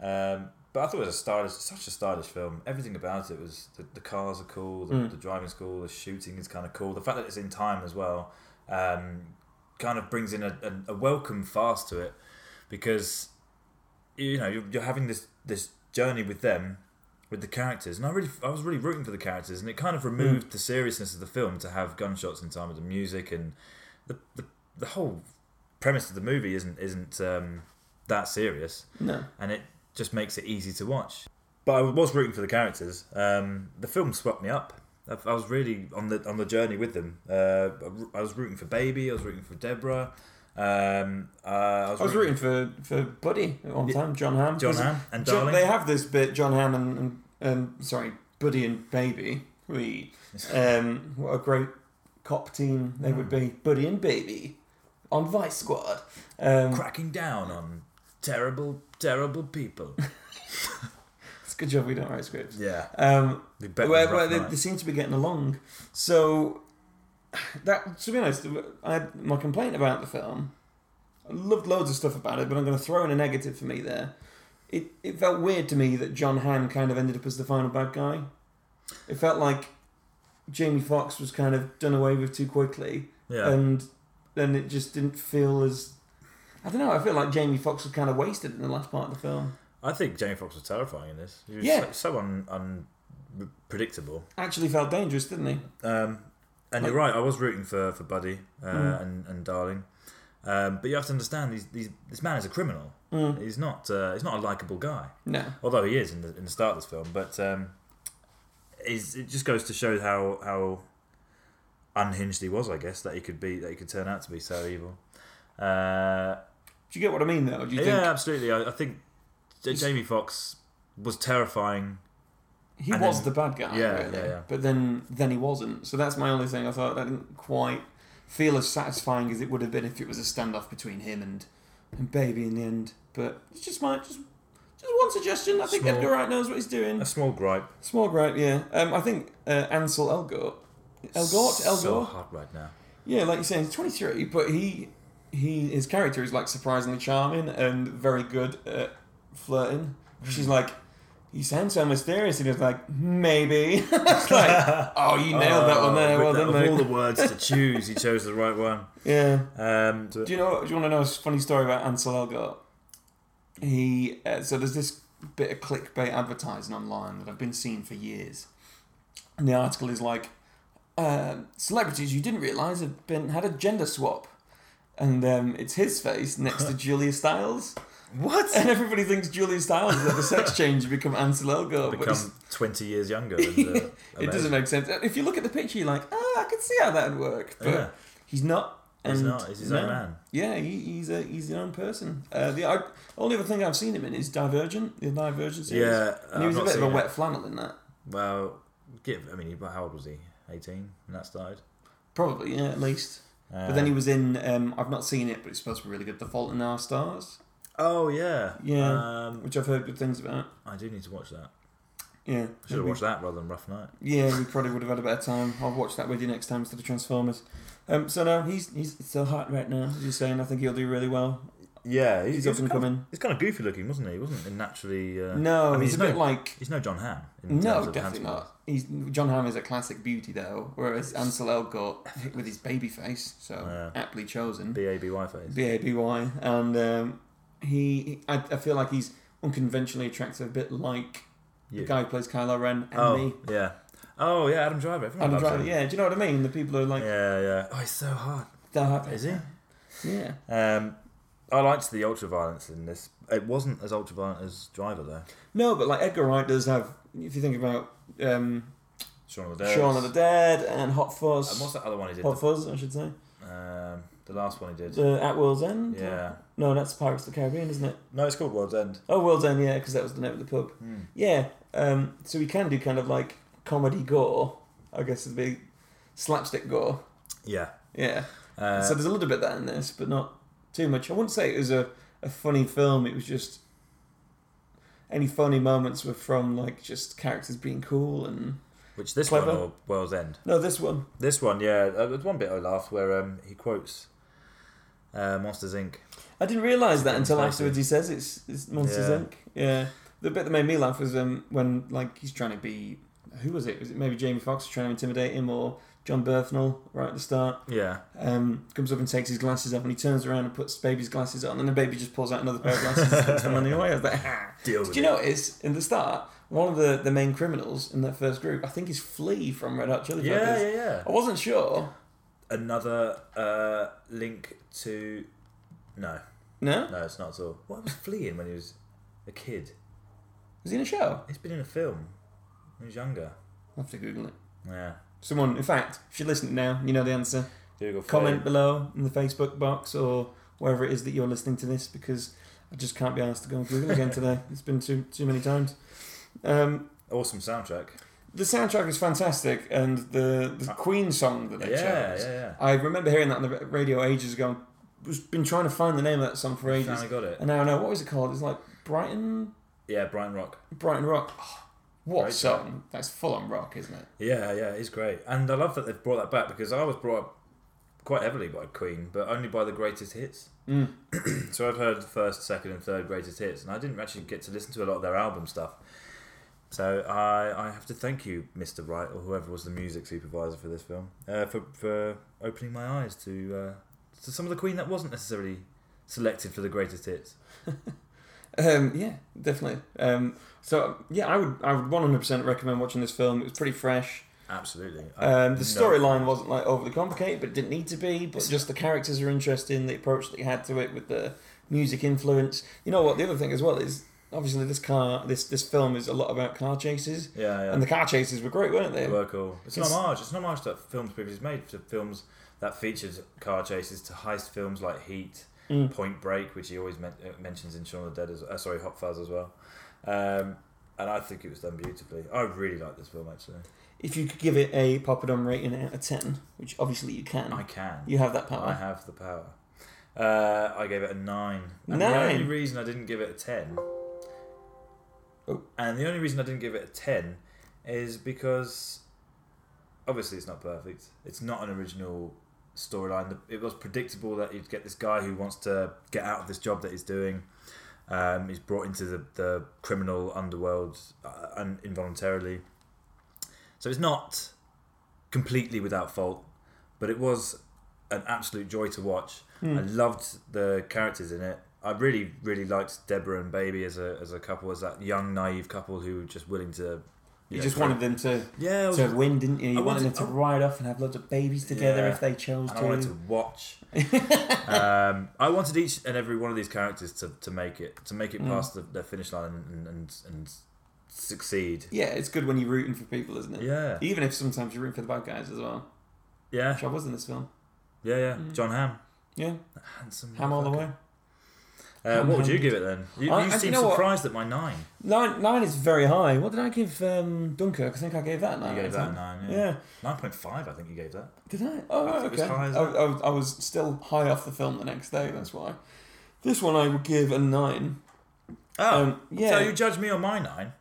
Speaker 1: Um, but But I thought it was a stylish, such a stylish film. Everything about it was the, the cars are cool, the,
Speaker 2: Mm.
Speaker 1: the driving's cool, the shooting is kind of cool. The fact that it's in time as well um, kind of brings in a, a, a welcome fast to it because you know you're, you're having this this journey with them with the characters and I really I was really rooting for the characters and it kind of removed the seriousness of the film to have gunshots in time with the music and the the, the whole premise of the movie isn't isn't um, that serious
Speaker 2: No.
Speaker 1: and it just makes it easy to watch. But I was rooting for the characters. Um, the film swept me up. I, I was really on the on the journey with them. Uh, I was rooting for Baby. I was rooting for Deborah. Um, uh, I, was
Speaker 2: I was rooting for, for Buddy at one
Speaker 1: Yeah.
Speaker 2: time, John Hamm.
Speaker 1: for John
Speaker 2: 'cause
Speaker 1: Hamm and
Speaker 2: John-
Speaker 1: Darling.
Speaker 2: they have this bit, John Hamm and, and um, sorry, Buddy and Baby. We, um, what a great cop team they would be, Buddy and Baby, on Vice Squad. Um,
Speaker 1: cracking down on terrible, terrible people.
Speaker 2: it's a good job we don't write scripts.
Speaker 1: Yeah,
Speaker 2: Um,
Speaker 1: the better
Speaker 2: where,
Speaker 1: rough
Speaker 2: where they,
Speaker 1: night.
Speaker 2: they seem to be getting along. So that to be honest, I had my complaint about the film. I loved loads of stuff about it, but I'm going to throw in a negative for me there. It it felt weird to me that John Hamm kind of ended up as the final bad guy. It felt like Jamie Foxx was kind of done away with too quickly,
Speaker 1: yeah.
Speaker 2: and then it just didn't feel as. I don't know. I feel like Jamie Foxx was kind of wasted in the last part of the film.
Speaker 1: I think Jamie Foxx was terrifying in this. He was
Speaker 2: Yeah.
Speaker 1: so, so un, unpredictable.
Speaker 2: Actually, felt dangerous, didn't he?
Speaker 1: Um, and you're right. I was rooting for for Buddy uh,
Speaker 2: Oh. Mm.
Speaker 1: and and Darling, um, but you have to understand these, these this man is a criminal.
Speaker 2: Mm.
Speaker 1: He's not uh, he's not a likable guy,
Speaker 2: No.
Speaker 1: although he is in the in the start of this film. But um, is it just goes to show how how unhinged he was, I guess, that he could be that he could turn out to be so evil. Uh,
Speaker 2: Do you get what I mean, though? Do you
Speaker 1: yeah,
Speaker 2: think
Speaker 1: absolutely. I, I think J-
Speaker 2: He's-
Speaker 1: Jamie Fox was terrifying
Speaker 2: He
Speaker 1: And then-
Speaker 2: was the bad guy,
Speaker 1: yeah,
Speaker 2: really.
Speaker 1: yeah, yeah.
Speaker 2: But then, then he wasn't. So that's my only thing. I thought that didn't quite feel as satisfying as it would have been if it was a standoff between him and and Baby in the end. But it's just my just just one suggestion. I think
Speaker 1: Small-
Speaker 2: Edgar Wright knows what he's doing.
Speaker 1: a small gripe.
Speaker 2: Small gripe, yeah. Um, I think uh, Ansel Elgort, Elgort, Elgort.
Speaker 1: so hot right now.
Speaker 2: Yeah, like you're saying, he's 23, but he he his character is like surprisingly charming and very good at flirting. She's
Speaker 1: Hmm.
Speaker 2: like, you sound so mysterious, and he's like, maybe. it's like, oh, you nailed that one there.
Speaker 1: Uh, with
Speaker 2: Well
Speaker 1: that-
Speaker 2: done,
Speaker 1: of all
Speaker 2: mate.
Speaker 1: the words to choose, he chose the right one.
Speaker 2: Yeah.
Speaker 1: Um,
Speaker 2: Do you know? Do you want to know a funny story about Ansel Elgort? He uh, so there's this bit of clickbait advertising online that I've been seeing for years, and the article is like, uh, "Celebrities you didn't realize have been had a gender swap," and um, it's his face next to Julia Stiles,
Speaker 1: what?
Speaker 2: and everybody thinks Julia Stiles is at the sex change to become Ansel Elgort, Oh, but it's-
Speaker 1: Become twenty years younger. And, uh,
Speaker 2: it doesn't make sense. If you look at the picture, you're like, "Ah, I could see how that'd work," but
Speaker 1: Yeah,
Speaker 2: he's not.
Speaker 1: he's
Speaker 2: and
Speaker 1: not. He's his
Speaker 2: no.
Speaker 1: own man.
Speaker 2: Yeah, he, he's a he's his own person. Uh, the I, only other thing I've seen him in is Divergent, the Divergent series.
Speaker 1: Yeah,
Speaker 2: and he was
Speaker 1: I've not
Speaker 2: a bit of a
Speaker 1: seen it.
Speaker 2: wet flannel in that.
Speaker 1: Well, give. I mean, he- how old was he? Eighteen when that started.
Speaker 2: Probably, yeah, at least.
Speaker 1: Uh,
Speaker 2: but then he was in. Um, I've not seen it, but it's supposed to be really good. The Fault in Our Stars,
Speaker 1: Oh yeah.
Speaker 2: Yeah.
Speaker 1: Um,
Speaker 2: which I've heard good things about.
Speaker 1: I do need to watch that.
Speaker 2: Yeah,
Speaker 1: I should have
Speaker 2: we-
Speaker 1: watched that rather than Rough Night.
Speaker 2: Yeah, we probably would have had a better time. I'll watch that with you next time instead of Transformers. Um, so now he's he's so hot right now. As you're saying, I think he'll do really well.
Speaker 1: Yeah,
Speaker 2: He's, up and
Speaker 1: kind of,
Speaker 2: coming.
Speaker 1: he's kind of goofy looking, wasn't he? He wasn't naturally. Uh,
Speaker 2: No,
Speaker 1: I mean,
Speaker 2: he's,
Speaker 1: he's
Speaker 2: a bit
Speaker 1: no-
Speaker 2: like
Speaker 1: He's no John Hamm. in terms
Speaker 2: No,
Speaker 1: of
Speaker 2: definitely
Speaker 1: handsomeness.
Speaker 2: not. He's John Hamm is a classic beauty though, whereas Ansel Elgort with his baby face, so
Speaker 1: Yeah.
Speaker 2: aptly chosen,
Speaker 1: B A B Y face.
Speaker 2: B A B Y, and um, he, I, I feel like he's unconventionally attractive, a bit like
Speaker 1: You.
Speaker 2: the guy who plays Kylo Ren and
Speaker 1: oh
Speaker 2: me,
Speaker 1: yeah. Oh yeah, Adam Driver. Everyone
Speaker 2: Adam
Speaker 1: loves
Speaker 2: Driver.
Speaker 1: him.
Speaker 2: Yeah, do you know what I mean? The people who are like,
Speaker 1: Yeah, yeah. Oh, he's so hard.
Speaker 2: they're happy.
Speaker 1: Is he?
Speaker 2: Yeah,
Speaker 1: Um, I liked the ultra violence in this. It wasn't as ultra violent as Driver though.
Speaker 2: no, but like Edgar Wright does have. If you think about um,
Speaker 1: Shaun of the Dead.
Speaker 2: Shaun of the Dead and Hot
Speaker 1: And what's
Speaker 2: Fuzz,
Speaker 1: that other one he did?
Speaker 2: Hot Fuzz, I should say,
Speaker 1: Um, the last one he did.
Speaker 2: uh, At World's End.
Speaker 1: Yeah.
Speaker 2: No, that's Pirates of the Caribbean, isn't it?
Speaker 1: No, it's called World's End.
Speaker 2: Oh, well done, yeah, because that was the name of the pub.
Speaker 1: Hmm.
Speaker 2: Yeah, um, so we can do kind of like comedy gore, I guess it'd be slapstick gore.
Speaker 1: Yeah.
Speaker 2: Yeah,
Speaker 1: Uh,
Speaker 2: so there's a little bit of that in this, but not too much. I wouldn't say it was a, a funny film, it was just any funny moments were from like just characters being cool and.
Speaker 1: which this
Speaker 2: clever.
Speaker 1: one or World's End?
Speaker 2: No, this one.
Speaker 1: This one, yeah. Uh, There's one bit I laughed where um, he quotes uh, Monsters Inc.
Speaker 2: I didn't realise that until
Speaker 1: Fantastic.
Speaker 2: afterwards he says it's, it's Monsters
Speaker 1: Yeah.
Speaker 2: Inc. Yeah. The bit that made me laugh was um, when like he's trying to be who was it? Was it maybe Jamie Foxx trying to intimidate him or John Berthnell right at the start?
Speaker 1: Yeah.
Speaker 2: Um, comes up and takes his glasses off and he turns around and puts baby's glasses on and the baby just pulls out another pair of glasses and puts them on the away. I was like, "Ah."
Speaker 1: Deal with
Speaker 2: Did you
Speaker 1: it.
Speaker 2: notice in the start one of the, the main criminals in that first group I think is Flea from Red Hot Chili
Speaker 1: Yeah,
Speaker 2: Peppers.
Speaker 1: yeah, yeah.
Speaker 2: I wasn't sure.
Speaker 1: Another uh, link to. No,
Speaker 2: No,
Speaker 1: no, it's not at all. What was Flea in when he was a kid?
Speaker 2: was he in a show?
Speaker 1: He's been in a film when he was younger.
Speaker 2: I have to Google it.
Speaker 1: Yeah.
Speaker 2: Someone, in fact, if you listen now, you know the answer.
Speaker 1: Dougal Flea.
Speaker 2: comment below in the Facebook box or wherever it is that you're listening to this because I just can't be asked to go and Google again today. It's been too too many times. Um,
Speaker 1: Awesome soundtrack.
Speaker 2: the soundtrack is fantastic, and the, the Queen song that
Speaker 1: Yeah,
Speaker 2: they
Speaker 1: Ah. yeah,
Speaker 2: chose.
Speaker 1: yeah.
Speaker 2: I remember hearing that on the ra- radio ages ago. Was been trying to find the name of that song for ages,
Speaker 1: Finally got it.
Speaker 2: and now I know what was it called. It's like Brighton,
Speaker 1: Yeah, Brian Rock.
Speaker 2: Brighton Rock. Oh, what
Speaker 1: Great
Speaker 2: song? That's full on rock, isn't it?
Speaker 1: Yeah, yeah, he's great. And I love that they've brought that back because I was brought up quite heavily by Queen, but only by the greatest hits.
Speaker 2: Mm.
Speaker 1: so I've heard first, second, and third greatest hits, and I didn't actually get to listen to a lot of their album stuff. So I, I have to thank you, Mr. Wright, or whoever was the music supervisor for this film, uh, for, for opening my eyes to uh, to some of the Queen that wasn't necessarily selected for the greatest hits.
Speaker 2: Um, yeah, definitely. Um, so yeah, I would I would one hundred percent recommend watching this film. It was pretty fresh.
Speaker 1: Absolutely. I-
Speaker 2: Um, the
Speaker 1: no.
Speaker 2: storyline wasn't like overly complicated, but it didn't need to be. But just the characters are interesting. The approach that you had to it with the music influence. You know what? The other thing as well is obviously this car, this this film is a lot about car chases,
Speaker 1: Yeah, yeah.
Speaker 2: and the car chases were great, weren't they?
Speaker 1: They were cool. It's,
Speaker 2: It's-
Speaker 1: an homage. It's an homage that films previously made to films that featured car chases to heist films like Heat,
Speaker 2: Mm.
Speaker 1: Point Break, which he always men- uh, mentions in Shaun of the Dead. As, uh, sorry, Hot Fuzz as well. Um, and I think it was done beautifully. I really like this film actually.
Speaker 2: If you could give it a poppadom rating out of ten, which obviously you can,
Speaker 1: I can.
Speaker 2: you have that
Speaker 1: I
Speaker 2: power.
Speaker 1: have the power. Uh, I gave it a nine. And The
Speaker 2: Nine?
Speaker 1: only reason I didn't give it a ten.
Speaker 2: Oh.
Speaker 1: And the only reason I didn't give it a ten is because obviously it's not perfect. It's not an original storyline. The- It was predictable that you'd get this guy who wants to get out of this job that he's doing. Um, he's brought into the, the criminal underworld uh, un- involuntarily. So it's not completely without fault, but it was an absolute joy to watch.
Speaker 2: Hmm.
Speaker 1: I loved the characters in it. I really, really liked Deborah and Baby as a as a couple, as that young, naive couple who were just willing to.
Speaker 2: You
Speaker 1: know,
Speaker 2: just
Speaker 1: throw-
Speaker 2: wanted them to,
Speaker 1: yeah, I was-
Speaker 2: to win, didn't you? You
Speaker 1: I
Speaker 2: wanted,
Speaker 1: wanted-
Speaker 2: them to ride off and have loads of babies together
Speaker 1: Yeah.
Speaker 2: if they chose
Speaker 1: and I wanted to watch. um, I wanted each and every one of these characters to, to make it to make it
Speaker 2: Hmm.
Speaker 1: past the, the finish line and and, and succeed.
Speaker 2: Yeah, it's good when you're rooting for people, isn't it?
Speaker 1: Yeah,
Speaker 2: Even if sometimes you're rooting for the bad guys as well.
Speaker 1: yeah,
Speaker 2: Which I was in this film.
Speaker 1: yeah, yeah. John Ham,
Speaker 2: Yeah,
Speaker 1: handsome.
Speaker 2: ham Hmm. all the way.
Speaker 1: Uh, what would you give it then? You,
Speaker 2: I-
Speaker 1: you
Speaker 2: I- you
Speaker 1: seem
Speaker 2: know what?
Speaker 1: surprised at my nine.
Speaker 2: Nine, nine is very high. What did I give um, Dunkirk? I think I gave that a
Speaker 1: You
Speaker 2: nine.
Speaker 1: gave
Speaker 2: out
Speaker 1: that a
Speaker 2: of
Speaker 1: nine.
Speaker 2: ten.
Speaker 1: Yeah.
Speaker 2: Uh, Yeah.
Speaker 1: Nine point five, I think you gave that.
Speaker 2: Did I?
Speaker 1: I
Speaker 2: Oh, right,
Speaker 1: think it was
Speaker 2: okay.
Speaker 1: high
Speaker 2: I,
Speaker 1: as
Speaker 2: I, was- I was still high off the film the next day. That's why. This one I would give a nine.
Speaker 1: Oh,
Speaker 2: Um, yeah,
Speaker 1: so you judge me on my nine,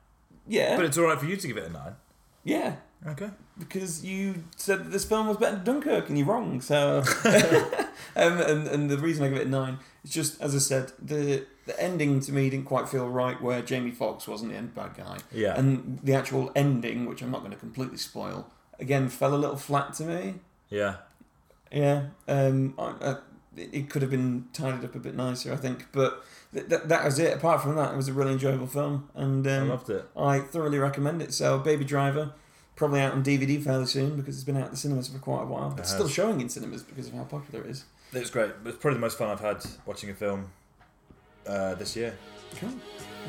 Speaker 2: yeah,
Speaker 1: but it's all right for you to give it a nine.
Speaker 2: yeah.
Speaker 1: Okay.
Speaker 2: Because you said that this film was better than Dunkirk, and you're wrong. So, um, and and the reason I give it a nine is just as I said, the the ending to me didn't quite feel right. Where Jamie Foxx wasn't the end bad guy.
Speaker 1: Yeah.
Speaker 2: And the actual ending, which I'm not going to completely spoil, again fell a little flat to me.
Speaker 1: yeah.
Speaker 2: Yeah, um, I, I, it could have been tidied up a bit nicer, I think. But th- th- that was it. Apart from that, it was a really enjoyable film, and
Speaker 1: I
Speaker 2: um,
Speaker 1: loved it.
Speaker 2: I thoroughly recommend it. So, Baby Driver, probably out on DVD fairly soon because it's been out in the cinemas for quite a while. It's
Speaker 1: has.
Speaker 2: still showing in cinemas because of how popular it is.
Speaker 1: It was great. It was probably the most fun I've had watching a film uh, this year.
Speaker 2: Cool.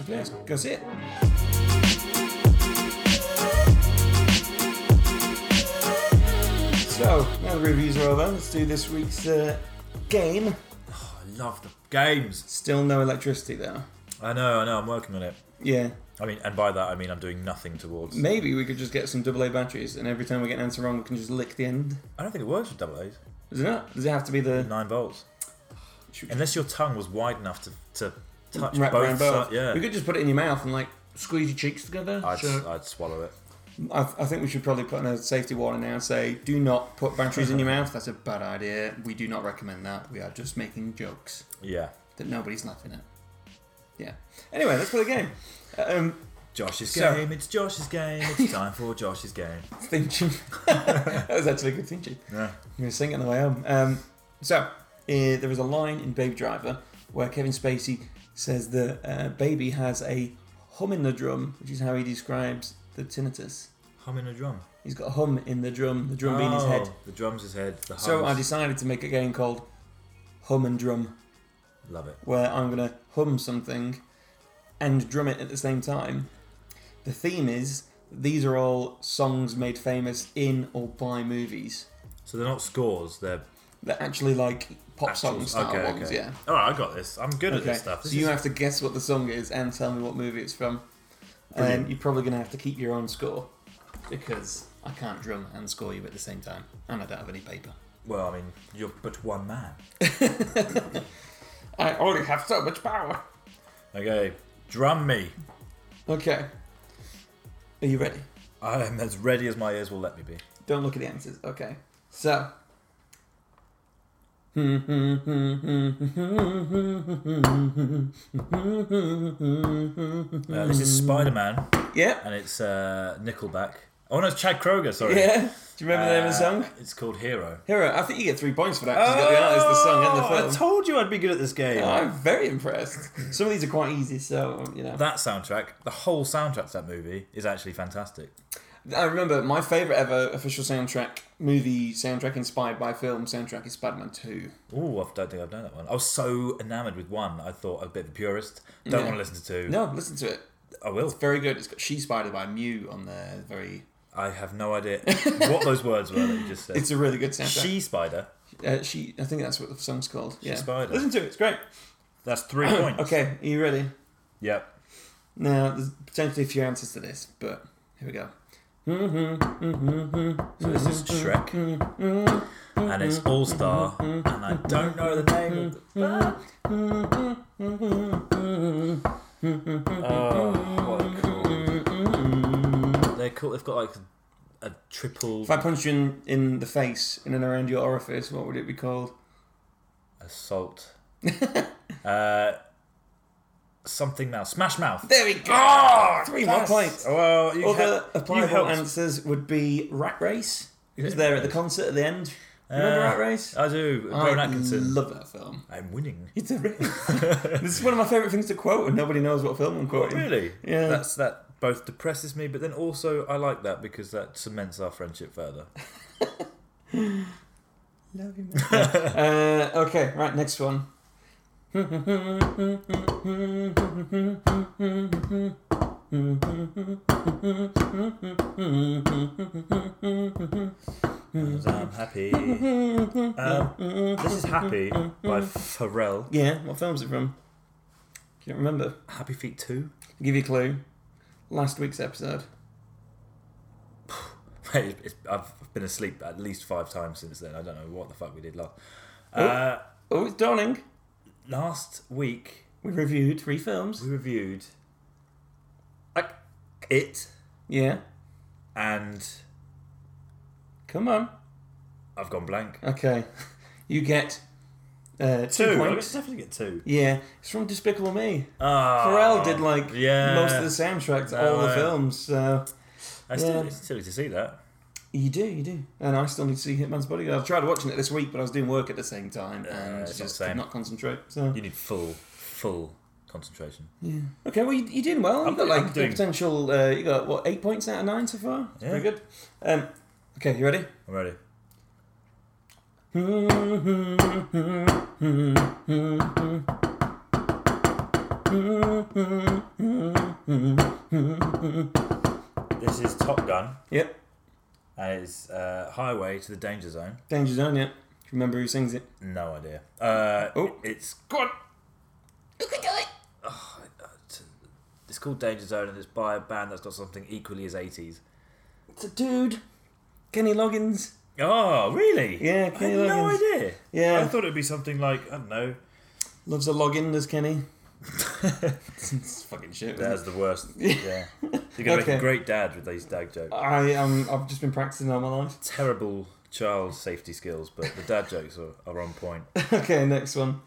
Speaker 2: Okay, let's go see it. So, now the reviews are over, let's do this week's uh, game.
Speaker 1: Oh, I love the games.
Speaker 2: Still no electricity, though.
Speaker 1: I know, I know. I'm working on it.
Speaker 2: Yeah,
Speaker 1: I mean, and by that I mean I'm doing nothing towards.
Speaker 2: maybe we could just get some AA batteries, and every time we get an answer wrong, we can just lick the end.
Speaker 1: I don't think it works with double A's.
Speaker 2: Does it not? Does it have to be the
Speaker 1: Nine volts. Unless your tongue was wide enough to, to touch
Speaker 2: wrap
Speaker 1: both
Speaker 2: around both?
Speaker 1: sides. Yeah.
Speaker 2: We could just put it in your mouth and like squeeze your cheeks together.
Speaker 1: I'd,
Speaker 2: Sure.
Speaker 1: I'd swallow it.
Speaker 2: I, I think we should probably put in a safety warning now. Say, do not put batteries in your mouth. That's a bad idea. We do not recommend that. We are just making jokes
Speaker 1: Yeah.
Speaker 2: that nobody's laughing at. Yeah. Anyway, let's play the game. Um,
Speaker 1: Josh's
Speaker 2: So-
Speaker 1: game. It's Josh's game. It's time for Josh's game.
Speaker 2: thinking. that was actually good thinking.
Speaker 1: Yeah.
Speaker 2: I'm going to sing it on the way home. Um, so, uh, there is a line in Baby Driver where Kevin Spacey says that uh, Baby has a hum in the drum, which is how he describes the tinnitus.
Speaker 1: Humming a drum.
Speaker 2: He's got a hum in the drum, the drum being his
Speaker 1: Oh,
Speaker 2: head.
Speaker 1: The drum's his head. The
Speaker 2: So, I
Speaker 1: hums.
Speaker 2: decided to make a game called Hum and Drum,
Speaker 1: love it.
Speaker 2: where I'm going to hum something and drum it at the same time. The theme is these are all songs made famous in or by movies.
Speaker 1: So they're not scores. They're
Speaker 2: They're actually like pop
Speaker 1: Actual-
Speaker 2: song style
Speaker 1: okay,
Speaker 2: ones,
Speaker 1: okay.
Speaker 2: yeah.
Speaker 1: all right. I got this. I'm good at
Speaker 2: Okay,
Speaker 1: this stuff. This
Speaker 2: so you
Speaker 1: is-
Speaker 2: have to guess what the song is and tell me what movie it's from. Um,
Speaker 1: Brilliant.
Speaker 2: you're probably going to have to keep your own score because I can't drum and score you at the same time, and I don't have any paper.
Speaker 1: well, I mean, you're but one man.
Speaker 2: I only have so much power.
Speaker 1: Okay, drum me.
Speaker 2: Okay. Are you ready?
Speaker 1: I am as ready as my ears will let me be.
Speaker 2: Don't look at the answers. Okay. So. yeah.
Speaker 1: Uh, this is Spider Man, and it's uh, Nickelback. Oh no, it's Chad Kroger. Sorry.
Speaker 2: Yeah. Do you remember the name of the
Speaker 1: Uh,
Speaker 2: song?
Speaker 1: It's called Hero.
Speaker 2: Hero. I think you get three points for that. 'cause you got the artist, the song, and the
Speaker 1: Oh,
Speaker 2: film. Oh,
Speaker 1: I told you I'd be good at this game.
Speaker 2: I'm very impressed. Some of these are quite easy, so you know.
Speaker 1: that soundtrack, the whole soundtrack to that movie is actually fantastic.
Speaker 2: I remember my favorite ever official soundtrack movie soundtrack inspired by film soundtrack is Spider-Man Two.
Speaker 1: Ooh, I don't think I've known that one. I was so enamoured with one, I thought I was a bit of a purist. Don't
Speaker 2: Yeah.
Speaker 1: want to listen to two.
Speaker 2: No, listen to it.
Speaker 1: I will.
Speaker 2: It's very good. It's got She Spider by Mew on there. Very.
Speaker 1: I have no idea what those words were that you just said.
Speaker 2: It's a really good soundtrack.
Speaker 1: she spider.
Speaker 2: She, uh, she I think that's what the song's called. yeah.
Speaker 1: Spider.
Speaker 2: Listen to it. It's great.
Speaker 1: That's three points.
Speaker 2: Okay, are you ready?
Speaker 1: Yep.
Speaker 2: Now, there's potentially a few answers to this, but here we go.
Speaker 1: So this is Shrek, and it's All Star, and I don't know the name. Of the... oh, what cool. They're cool. They've got like a triple
Speaker 2: If I punched you in, in the face in and around your orifice, what would it be called?
Speaker 1: assault. uh, something mouth. Smash mouth.
Speaker 2: There we go. Three more
Speaker 1: Yes.
Speaker 2: points.
Speaker 1: Well, you
Speaker 2: Other
Speaker 1: had- you
Speaker 2: applicable
Speaker 1: helped.
Speaker 2: answers would be Rat Race. It was there at the concert at the end. Remember
Speaker 1: Uh,
Speaker 2: Rat Race?
Speaker 1: I do.
Speaker 2: I
Speaker 1: Rowan Atkinson.
Speaker 2: love that film.
Speaker 1: I'm winning.
Speaker 2: It's a this is one of my favourite things to quote, and nobody knows what film I'm quoting.
Speaker 1: Really?
Speaker 2: Yeah.
Speaker 1: That's that both depresses me, but then also I like that because that cements our friendship further.
Speaker 2: Love you, man. uh, okay, right, next one.
Speaker 1: Because I'm happy. Um, this is Happy by Pharrell.
Speaker 2: Yeah, what film's it from? Can't remember.
Speaker 1: Happy Feet 2?
Speaker 2: I'll give you a clue. Last week's episode.
Speaker 1: Mate, it's, I've been asleep at least five times since then. I don't know what the fuck we did last. Uh,
Speaker 2: Oh, it's Dawning.
Speaker 1: last week
Speaker 2: We reviewed three films.
Speaker 1: we reviewed like, It
Speaker 2: Yeah,
Speaker 1: and
Speaker 2: come on.
Speaker 1: I've gone blank.
Speaker 2: Okay, you get uh, two,
Speaker 1: I
Speaker 2: points.
Speaker 1: definitely get two.
Speaker 2: Yeah, it's from Despicable Me.
Speaker 1: Oh,
Speaker 2: Pharrell did like
Speaker 1: yeah.
Speaker 2: most of the soundtrack to
Speaker 1: No
Speaker 2: all the
Speaker 1: way.
Speaker 2: films. So
Speaker 1: I still,
Speaker 2: yeah.
Speaker 1: still need to see that.
Speaker 2: you do, you do. And I still need to see Hitman's Bodyguard. I tried watching it this week, but I was doing work at the same time and
Speaker 1: it's not
Speaker 2: just
Speaker 1: the
Speaker 2: could
Speaker 1: same.
Speaker 2: not concentrate. So
Speaker 1: You need full, full concentration.
Speaker 2: yeah. Okay, well you, you're doing well. You
Speaker 1: I'm-
Speaker 2: got
Speaker 1: I'm
Speaker 2: like
Speaker 1: doing-
Speaker 2: a potential. Uh, you got what eight points out of nine so far.
Speaker 1: Yeah.
Speaker 2: Very good. Um, okay, you ready?
Speaker 1: I'm ready. This is Top Gun,
Speaker 2: Yep.
Speaker 1: and it's uh, Highway to the Danger Zone.
Speaker 2: Danger Zone. Yep. Remember who sings it?
Speaker 1: No idea. Uh,
Speaker 2: Oh.
Speaker 1: It's
Speaker 2: Go on. You can do it.
Speaker 1: it's called Danger Zone, and it's by a band that's got something equally as 80s.
Speaker 2: It's a dude. Kenny Loggins.
Speaker 1: Oh, really?
Speaker 2: Yeah,
Speaker 1: I
Speaker 2: Kenny
Speaker 1: had no
Speaker 2: Loggins.
Speaker 1: idea. I
Speaker 2: Yeah.
Speaker 1: thought it'd be something like I don't know.
Speaker 2: Loves a login, does Kenny? it's fucking shit. isn't it?
Speaker 1: That's the worst. Yeah, you're gonna make
Speaker 2: Okay.
Speaker 1: a great dad with these dad jokes.
Speaker 2: I um, I've just been practicing all my life.
Speaker 1: Terrible child safety skills, but the dad jokes are, are on point.
Speaker 2: okay, next one.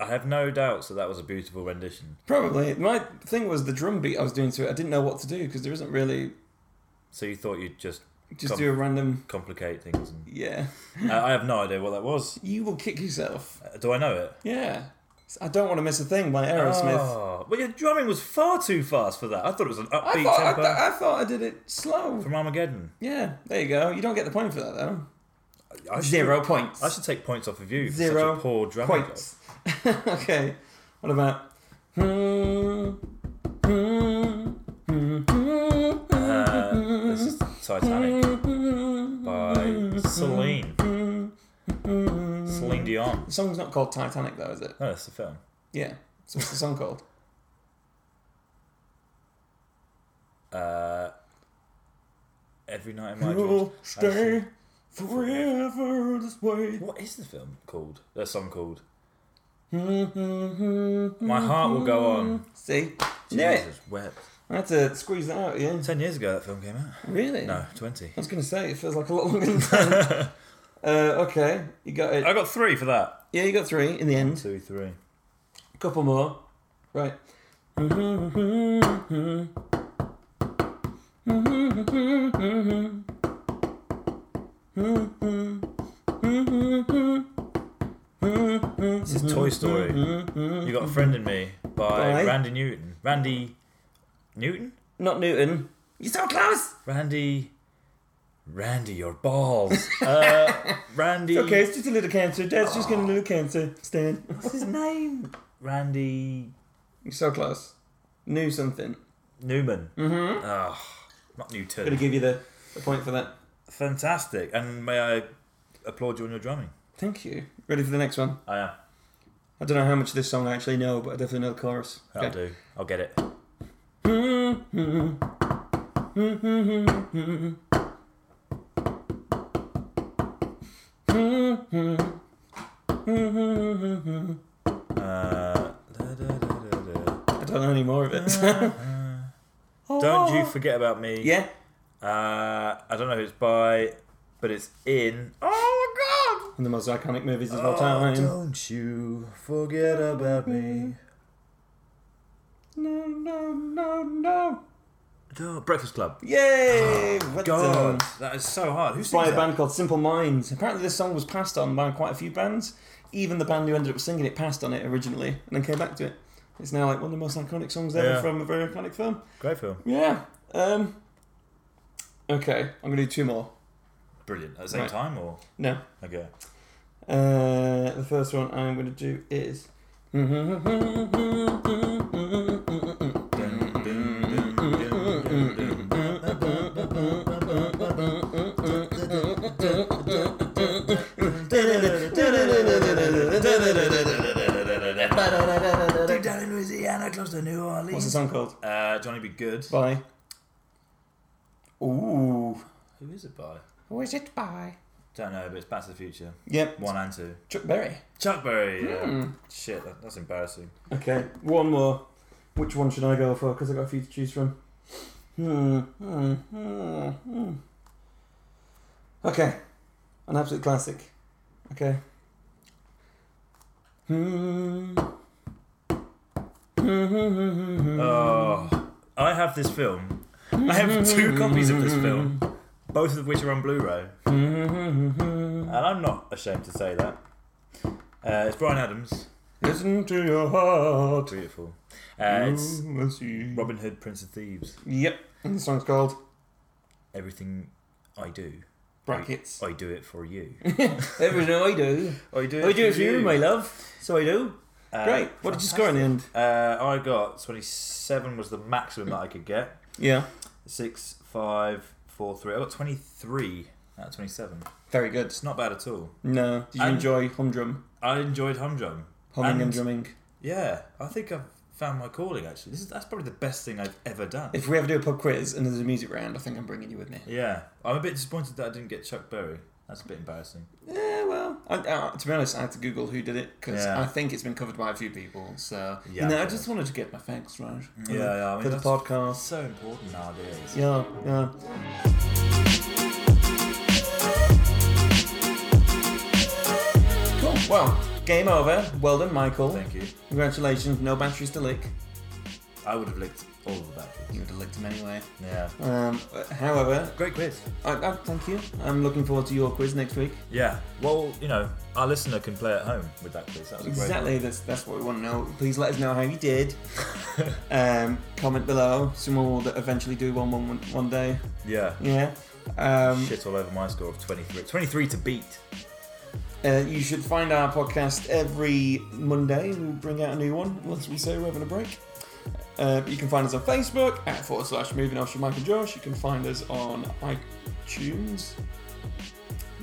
Speaker 1: I have no doubts that that was a beautiful rendition.
Speaker 2: Probably. My thing was the drum beat I was doing to it, I didn't know what to do because there isn't really.
Speaker 1: So you thought you'd just
Speaker 2: Just
Speaker 1: Com-
Speaker 2: do a random.
Speaker 1: complicate things. And...
Speaker 2: Yeah.
Speaker 1: I I have no idea what that was.
Speaker 2: You will kick yourself.
Speaker 1: Uh, Do I know it?
Speaker 2: Yeah. I don't want to miss a thing by Aerosmith.
Speaker 1: Oh, well, your drumming was far too fast for that. I thought it was an
Speaker 2: I
Speaker 1: upbeat
Speaker 2: thought I,
Speaker 1: tempo
Speaker 2: th- I thought I did it slow.
Speaker 1: from Armageddon.
Speaker 2: Yeah, there you go. You don't get the point for that though.
Speaker 1: I should,
Speaker 2: Zero points.
Speaker 1: I should take points off of you. For
Speaker 2: Zero
Speaker 1: such a poor drumming.
Speaker 2: points. okay. What about? hmm, hmm,
Speaker 1: Uh, this is Titanic
Speaker 2: hmm,
Speaker 1: by Celine. Celine Dion.
Speaker 2: hmm. The song's not called Titanic though, is it?
Speaker 1: No, that's the film.
Speaker 2: Yeah. So what's the song called?
Speaker 1: Uh, Every night in my dreams.
Speaker 2: You'll
Speaker 1: Actually,
Speaker 2: stay forever this way.
Speaker 1: What is the film called? That song called? My heart will go on.
Speaker 2: See, knew it.
Speaker 1: Jesus wept.
Speaker 2: I had to squeeze that out. Yeah.
Speaker 1: Ten years ago that film came out.
Speaker 2: Really?
Speaker 1: No, twenty.
Speaker 2: I was going to say it feels like a lot longer than that. uh, okay, you got it.
Speaker 1: I got three for that.
Speaker 2: Yeah, you got three in the end.
Speaker 1: Two, three.
Speaker 2: Couple more. Right.
Speaker 1: This is Toy Story. You got a friend in me by
Speaker 2: By?
Speaker 1: Randy Newton. Randy Newton?
Speaker 2: Not Newton. You're so close.
Speaker 1: Randy. Randy, your balls. uh, Randy.
Speaker 2: Okay, it's just a little cancer. Dad's just getting a little cancer. Stan.
Speaker 1: What's his name? Randy
Speaker 2: You're so close. Knew something.
Speaker 1: Newman. Mm-hmm. not Newton.
Speaker 2: Gonna give you the, the point for that.
Speaker 1: Fantastic. And may I applaud you on your drumming?
Speaker 2: Thank you. Ready for the next one?
Speaker 1: I am.
Speaker 2: I don't know how much of this song I actually know, but I definitely know the chorus.
Speaker 1: That'll do. I'll get it. Uh, da, da, da, da, da.
Speaker 2: I don't know any more of it.
Speaker 1: Don't you forget about me.
Speaker 2: Yeah.
Speaker 1: Uh, I don't know who it's by, but it's in. Oh my god! Oh,
Speaker 2: One of the most iconic movies of all time.
Speaker 1: don't you forget about me.
Speaker 2: No, no, no, no.
Speaker 1: Duh, Breakfast Club.
Speaker 2: Yay! What
Speaker 1: God,
Speaker 2: the-
Speaker 1: that is so hard. Who sings
Speaker 2: Oh, By a
Speaker 1: that?
Speaker 2: band called Simple Minds. Apparently, this song was passed on by quite a few bands. Even the band who ended up singing it passed on it originally and then came back to it. It's now like one of the most iconic songs ever
Speaker 1: Yeah.
Speaker 2: from a very iconic film.
Speaker 1: Great film.
Speaker 2: Yeah. Um. Okay, I'm gonna do two more.
Speaker 1: Brilliant. At the same
Speaker 2: Right.
Speaker 1: time, or
Speaker 2: No.
Speaker 1: okay.
Speaker 2: Uh, the first one I'm gonna do is.
Speaker 1: Deep down in Louisiana, close to New
Speaker 2: What's the
Speaker 1: Orleans.
Speaker 2: song called?
Speaker 1: Uh, Johnny Be Good.
Speaker 2: By. Ooh.
Speaker 1: Who is it by?
Speaker 2: Who is it by?
Speaker 1: Don't know, but it's Back to the Future.
Speaker 2: Yep.
Speaker 1: One and two.
Speaker 2: Chuck Berry. Hmm.
Speaker 1: Chuck Berry. Yeah. Shit, that, that's embarrassing.
Speaker 2: Okay, one more. Which one should I go for? Because I've got a few to choose from. Hmm, hmm, hmm, hmm. Okay, an absolute classic. Okay. Hmm.
Speaker 1: Oh, I have this film. I have two
Speaker 2: Hmm.
Speaker 1: copies of this film, both of which are on Blu-ray, and
Speaker 2: Hmm.
Speaker 1: I'm not ashamed to say that. Uh, it's Brian Adams.
Speaker 2: Listen to your heart.
Speaker 1: Beautiful. Uh, it's
Speaker 2: You will see.
Speaker 1: Robin Hood, Prince of Thieves.
Speaker 2: Yep, and the song's called
Speaker 1: Everything I do,
Speaker 2: Brackets.
Speaker 1: I do it for you.
Speaker 2: Everything I do,
Speaker 1: I do.
Speaker 2: I do it for you, my love. So I do.
Speaker 1: Uh,
Speaker 2: Great. What did you score in the end?
Speaker 1: Uh, I got 27 was the maximum that I could get.
Speaker 2: Yeah.
Speaker 1: Six, five, four, three. I got 23 out of 27.
Speaker 2: Very good.
Speaker 1: It's not bad at all.
Speaker 2: No. Did you
Speaker 1: And-
Speaker 2: enjoy Humdrum?
Speaker 1: I enjoyed Humdrum.
Speaker 2: Humming and,
Speaker 1: And-
Speaker 2: drumming.
Speaker 1: Yeah, I think I've found my calling actually. This is that's probably the best thing I've ever done.
Speaker 2: If we ever do a pub quiz and there's a music round, I think I'm bringing you with me.
Speaker 1: Yeah, I'm a bit disappointed that I didn't get Chuck Berry. That's a bit embarrassing.
Speaker 2: Yeah, well, I, uh, to be honest, I had to Google who did it because
Speaker 1: Yeah.
Speaker 2: I think it's been covered by a few people. So
Speaker 1: Yeah,
Speaker 2: you know, I
Speaker 1: okay.
Speaker 2: just wanted to get my facts right
Speaker 1: Yeah, yeah, I mean,
Speaker 2: for the
Speaker 1: that's-
Speaker 2: podcast.
Speaker 1: so important nowadays.
Speaker 2: Yeah, yeah. Cool. Well, game over. Well done, Michael.
Speaker 1: Thank you.
Speaker 2: Congratulations. No batteries to lick.
Speaker 1: I would have licked all of the batteries.
Speaker 2: You would have licked them anyway.
Speaker 1: Yeah.
Speaker 2: Um, uh, however,
Speaker 1: Great quiz.
Speaker 2: I, I, thank you. I'm looking forward to your quiz next week.
Speaker 1: Yeah. Well, you know, our listener can play at home with that quiz. That was a great
Speaker 2: Exactly. That's that's what we want to know. Please let us know how you did. um, comment below. Someone will eventually do one one one, one day.
Speaker 1: Yeah.
Speaker 2: Yeah. Um,
Speaker 1: Shit all over my score of 23. 23 to beat.
Speaker 2: Uh, you should find our podcast every Monday. We bring out a new one once we say we're having a break. Uh, you can find us on Facebook at forward slash moving off Mike and Josh. You can find us on iTunes.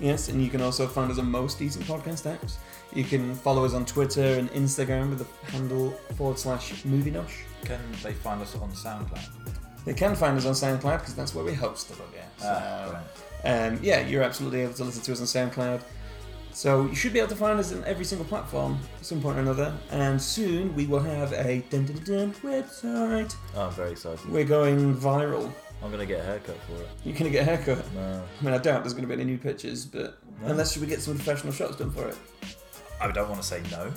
Speaker 2: Yes, and you can also find us on most decent podcast apps. You can follow us on Twitter and Instagram with the handle forward slash movie nosh.
Speaker 1: Can they find us on SoundCloud?
Speaker 2: They can find us on SoundCloud because that's where we host the bugger. So,
Speaker 1: Ah, right.
Speaker 2: um, yeah, you're absolutely able to listen to us on SoundCloud. So you should be able to find us on every single platform at some point or another. And soon we will have a dun dun dun dun website.
Speaker 1: Oh, I'm very excited.
Speaker 2: We're going viral.
Speaker 1: I'm going to get a haircut for it.
Speaker 2: You're gonna get a haircut.
Speaker 1: No.
Speaker 2: I mean, I doubt there's gonna be any new pictures, but
Speaker 1: No.
Speaker 2: unless we get some professional shots done for it,
Speaker 1: I don't want to say no.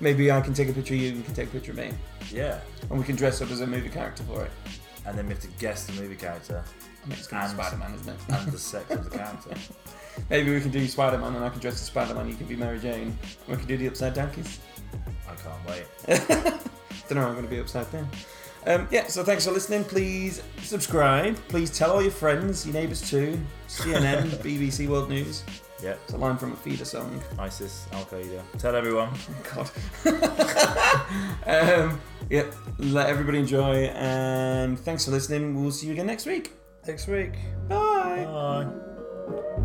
Speaker 2: maybe I can take a picture of you, and you can take a picture of me,
Speaker 1: yeah.
Speaker 2: and we can dress up as a movie character for it.
Speaker 1: And then we have to guess the movie character
Speaker 2: I mean, it's gonna be
Speaker 1: And-
Speaker 2: Spider Man, isn't it?
Speaker 1: and the sex of the character.
Speaker 2: Maybe we can do Spider Man and I can dress as Spider Man, you can be Mary Jane. And we can do the upside down kiss.
Speaker 1: I can't wait.
Speaker 2: Don't know how I'm going to be upside down. Um, yeah, so thanks for listening. Please subscribe. Please tell all your friends, your neighbours too. CNN, BBC World News.
Speaker 1: Yep.
Speaker 2: It's a line from a feeder song. Oh,
Speaker 1: ISIS, Al Qaeda. Tell everyone.
Speaker 2: God. um, yep, let everybody enjoy and thanks for listening. We'll see you again next week.
Speaker 1: Next week.
Speaker 2: Bye.
Speaker 1: Bye.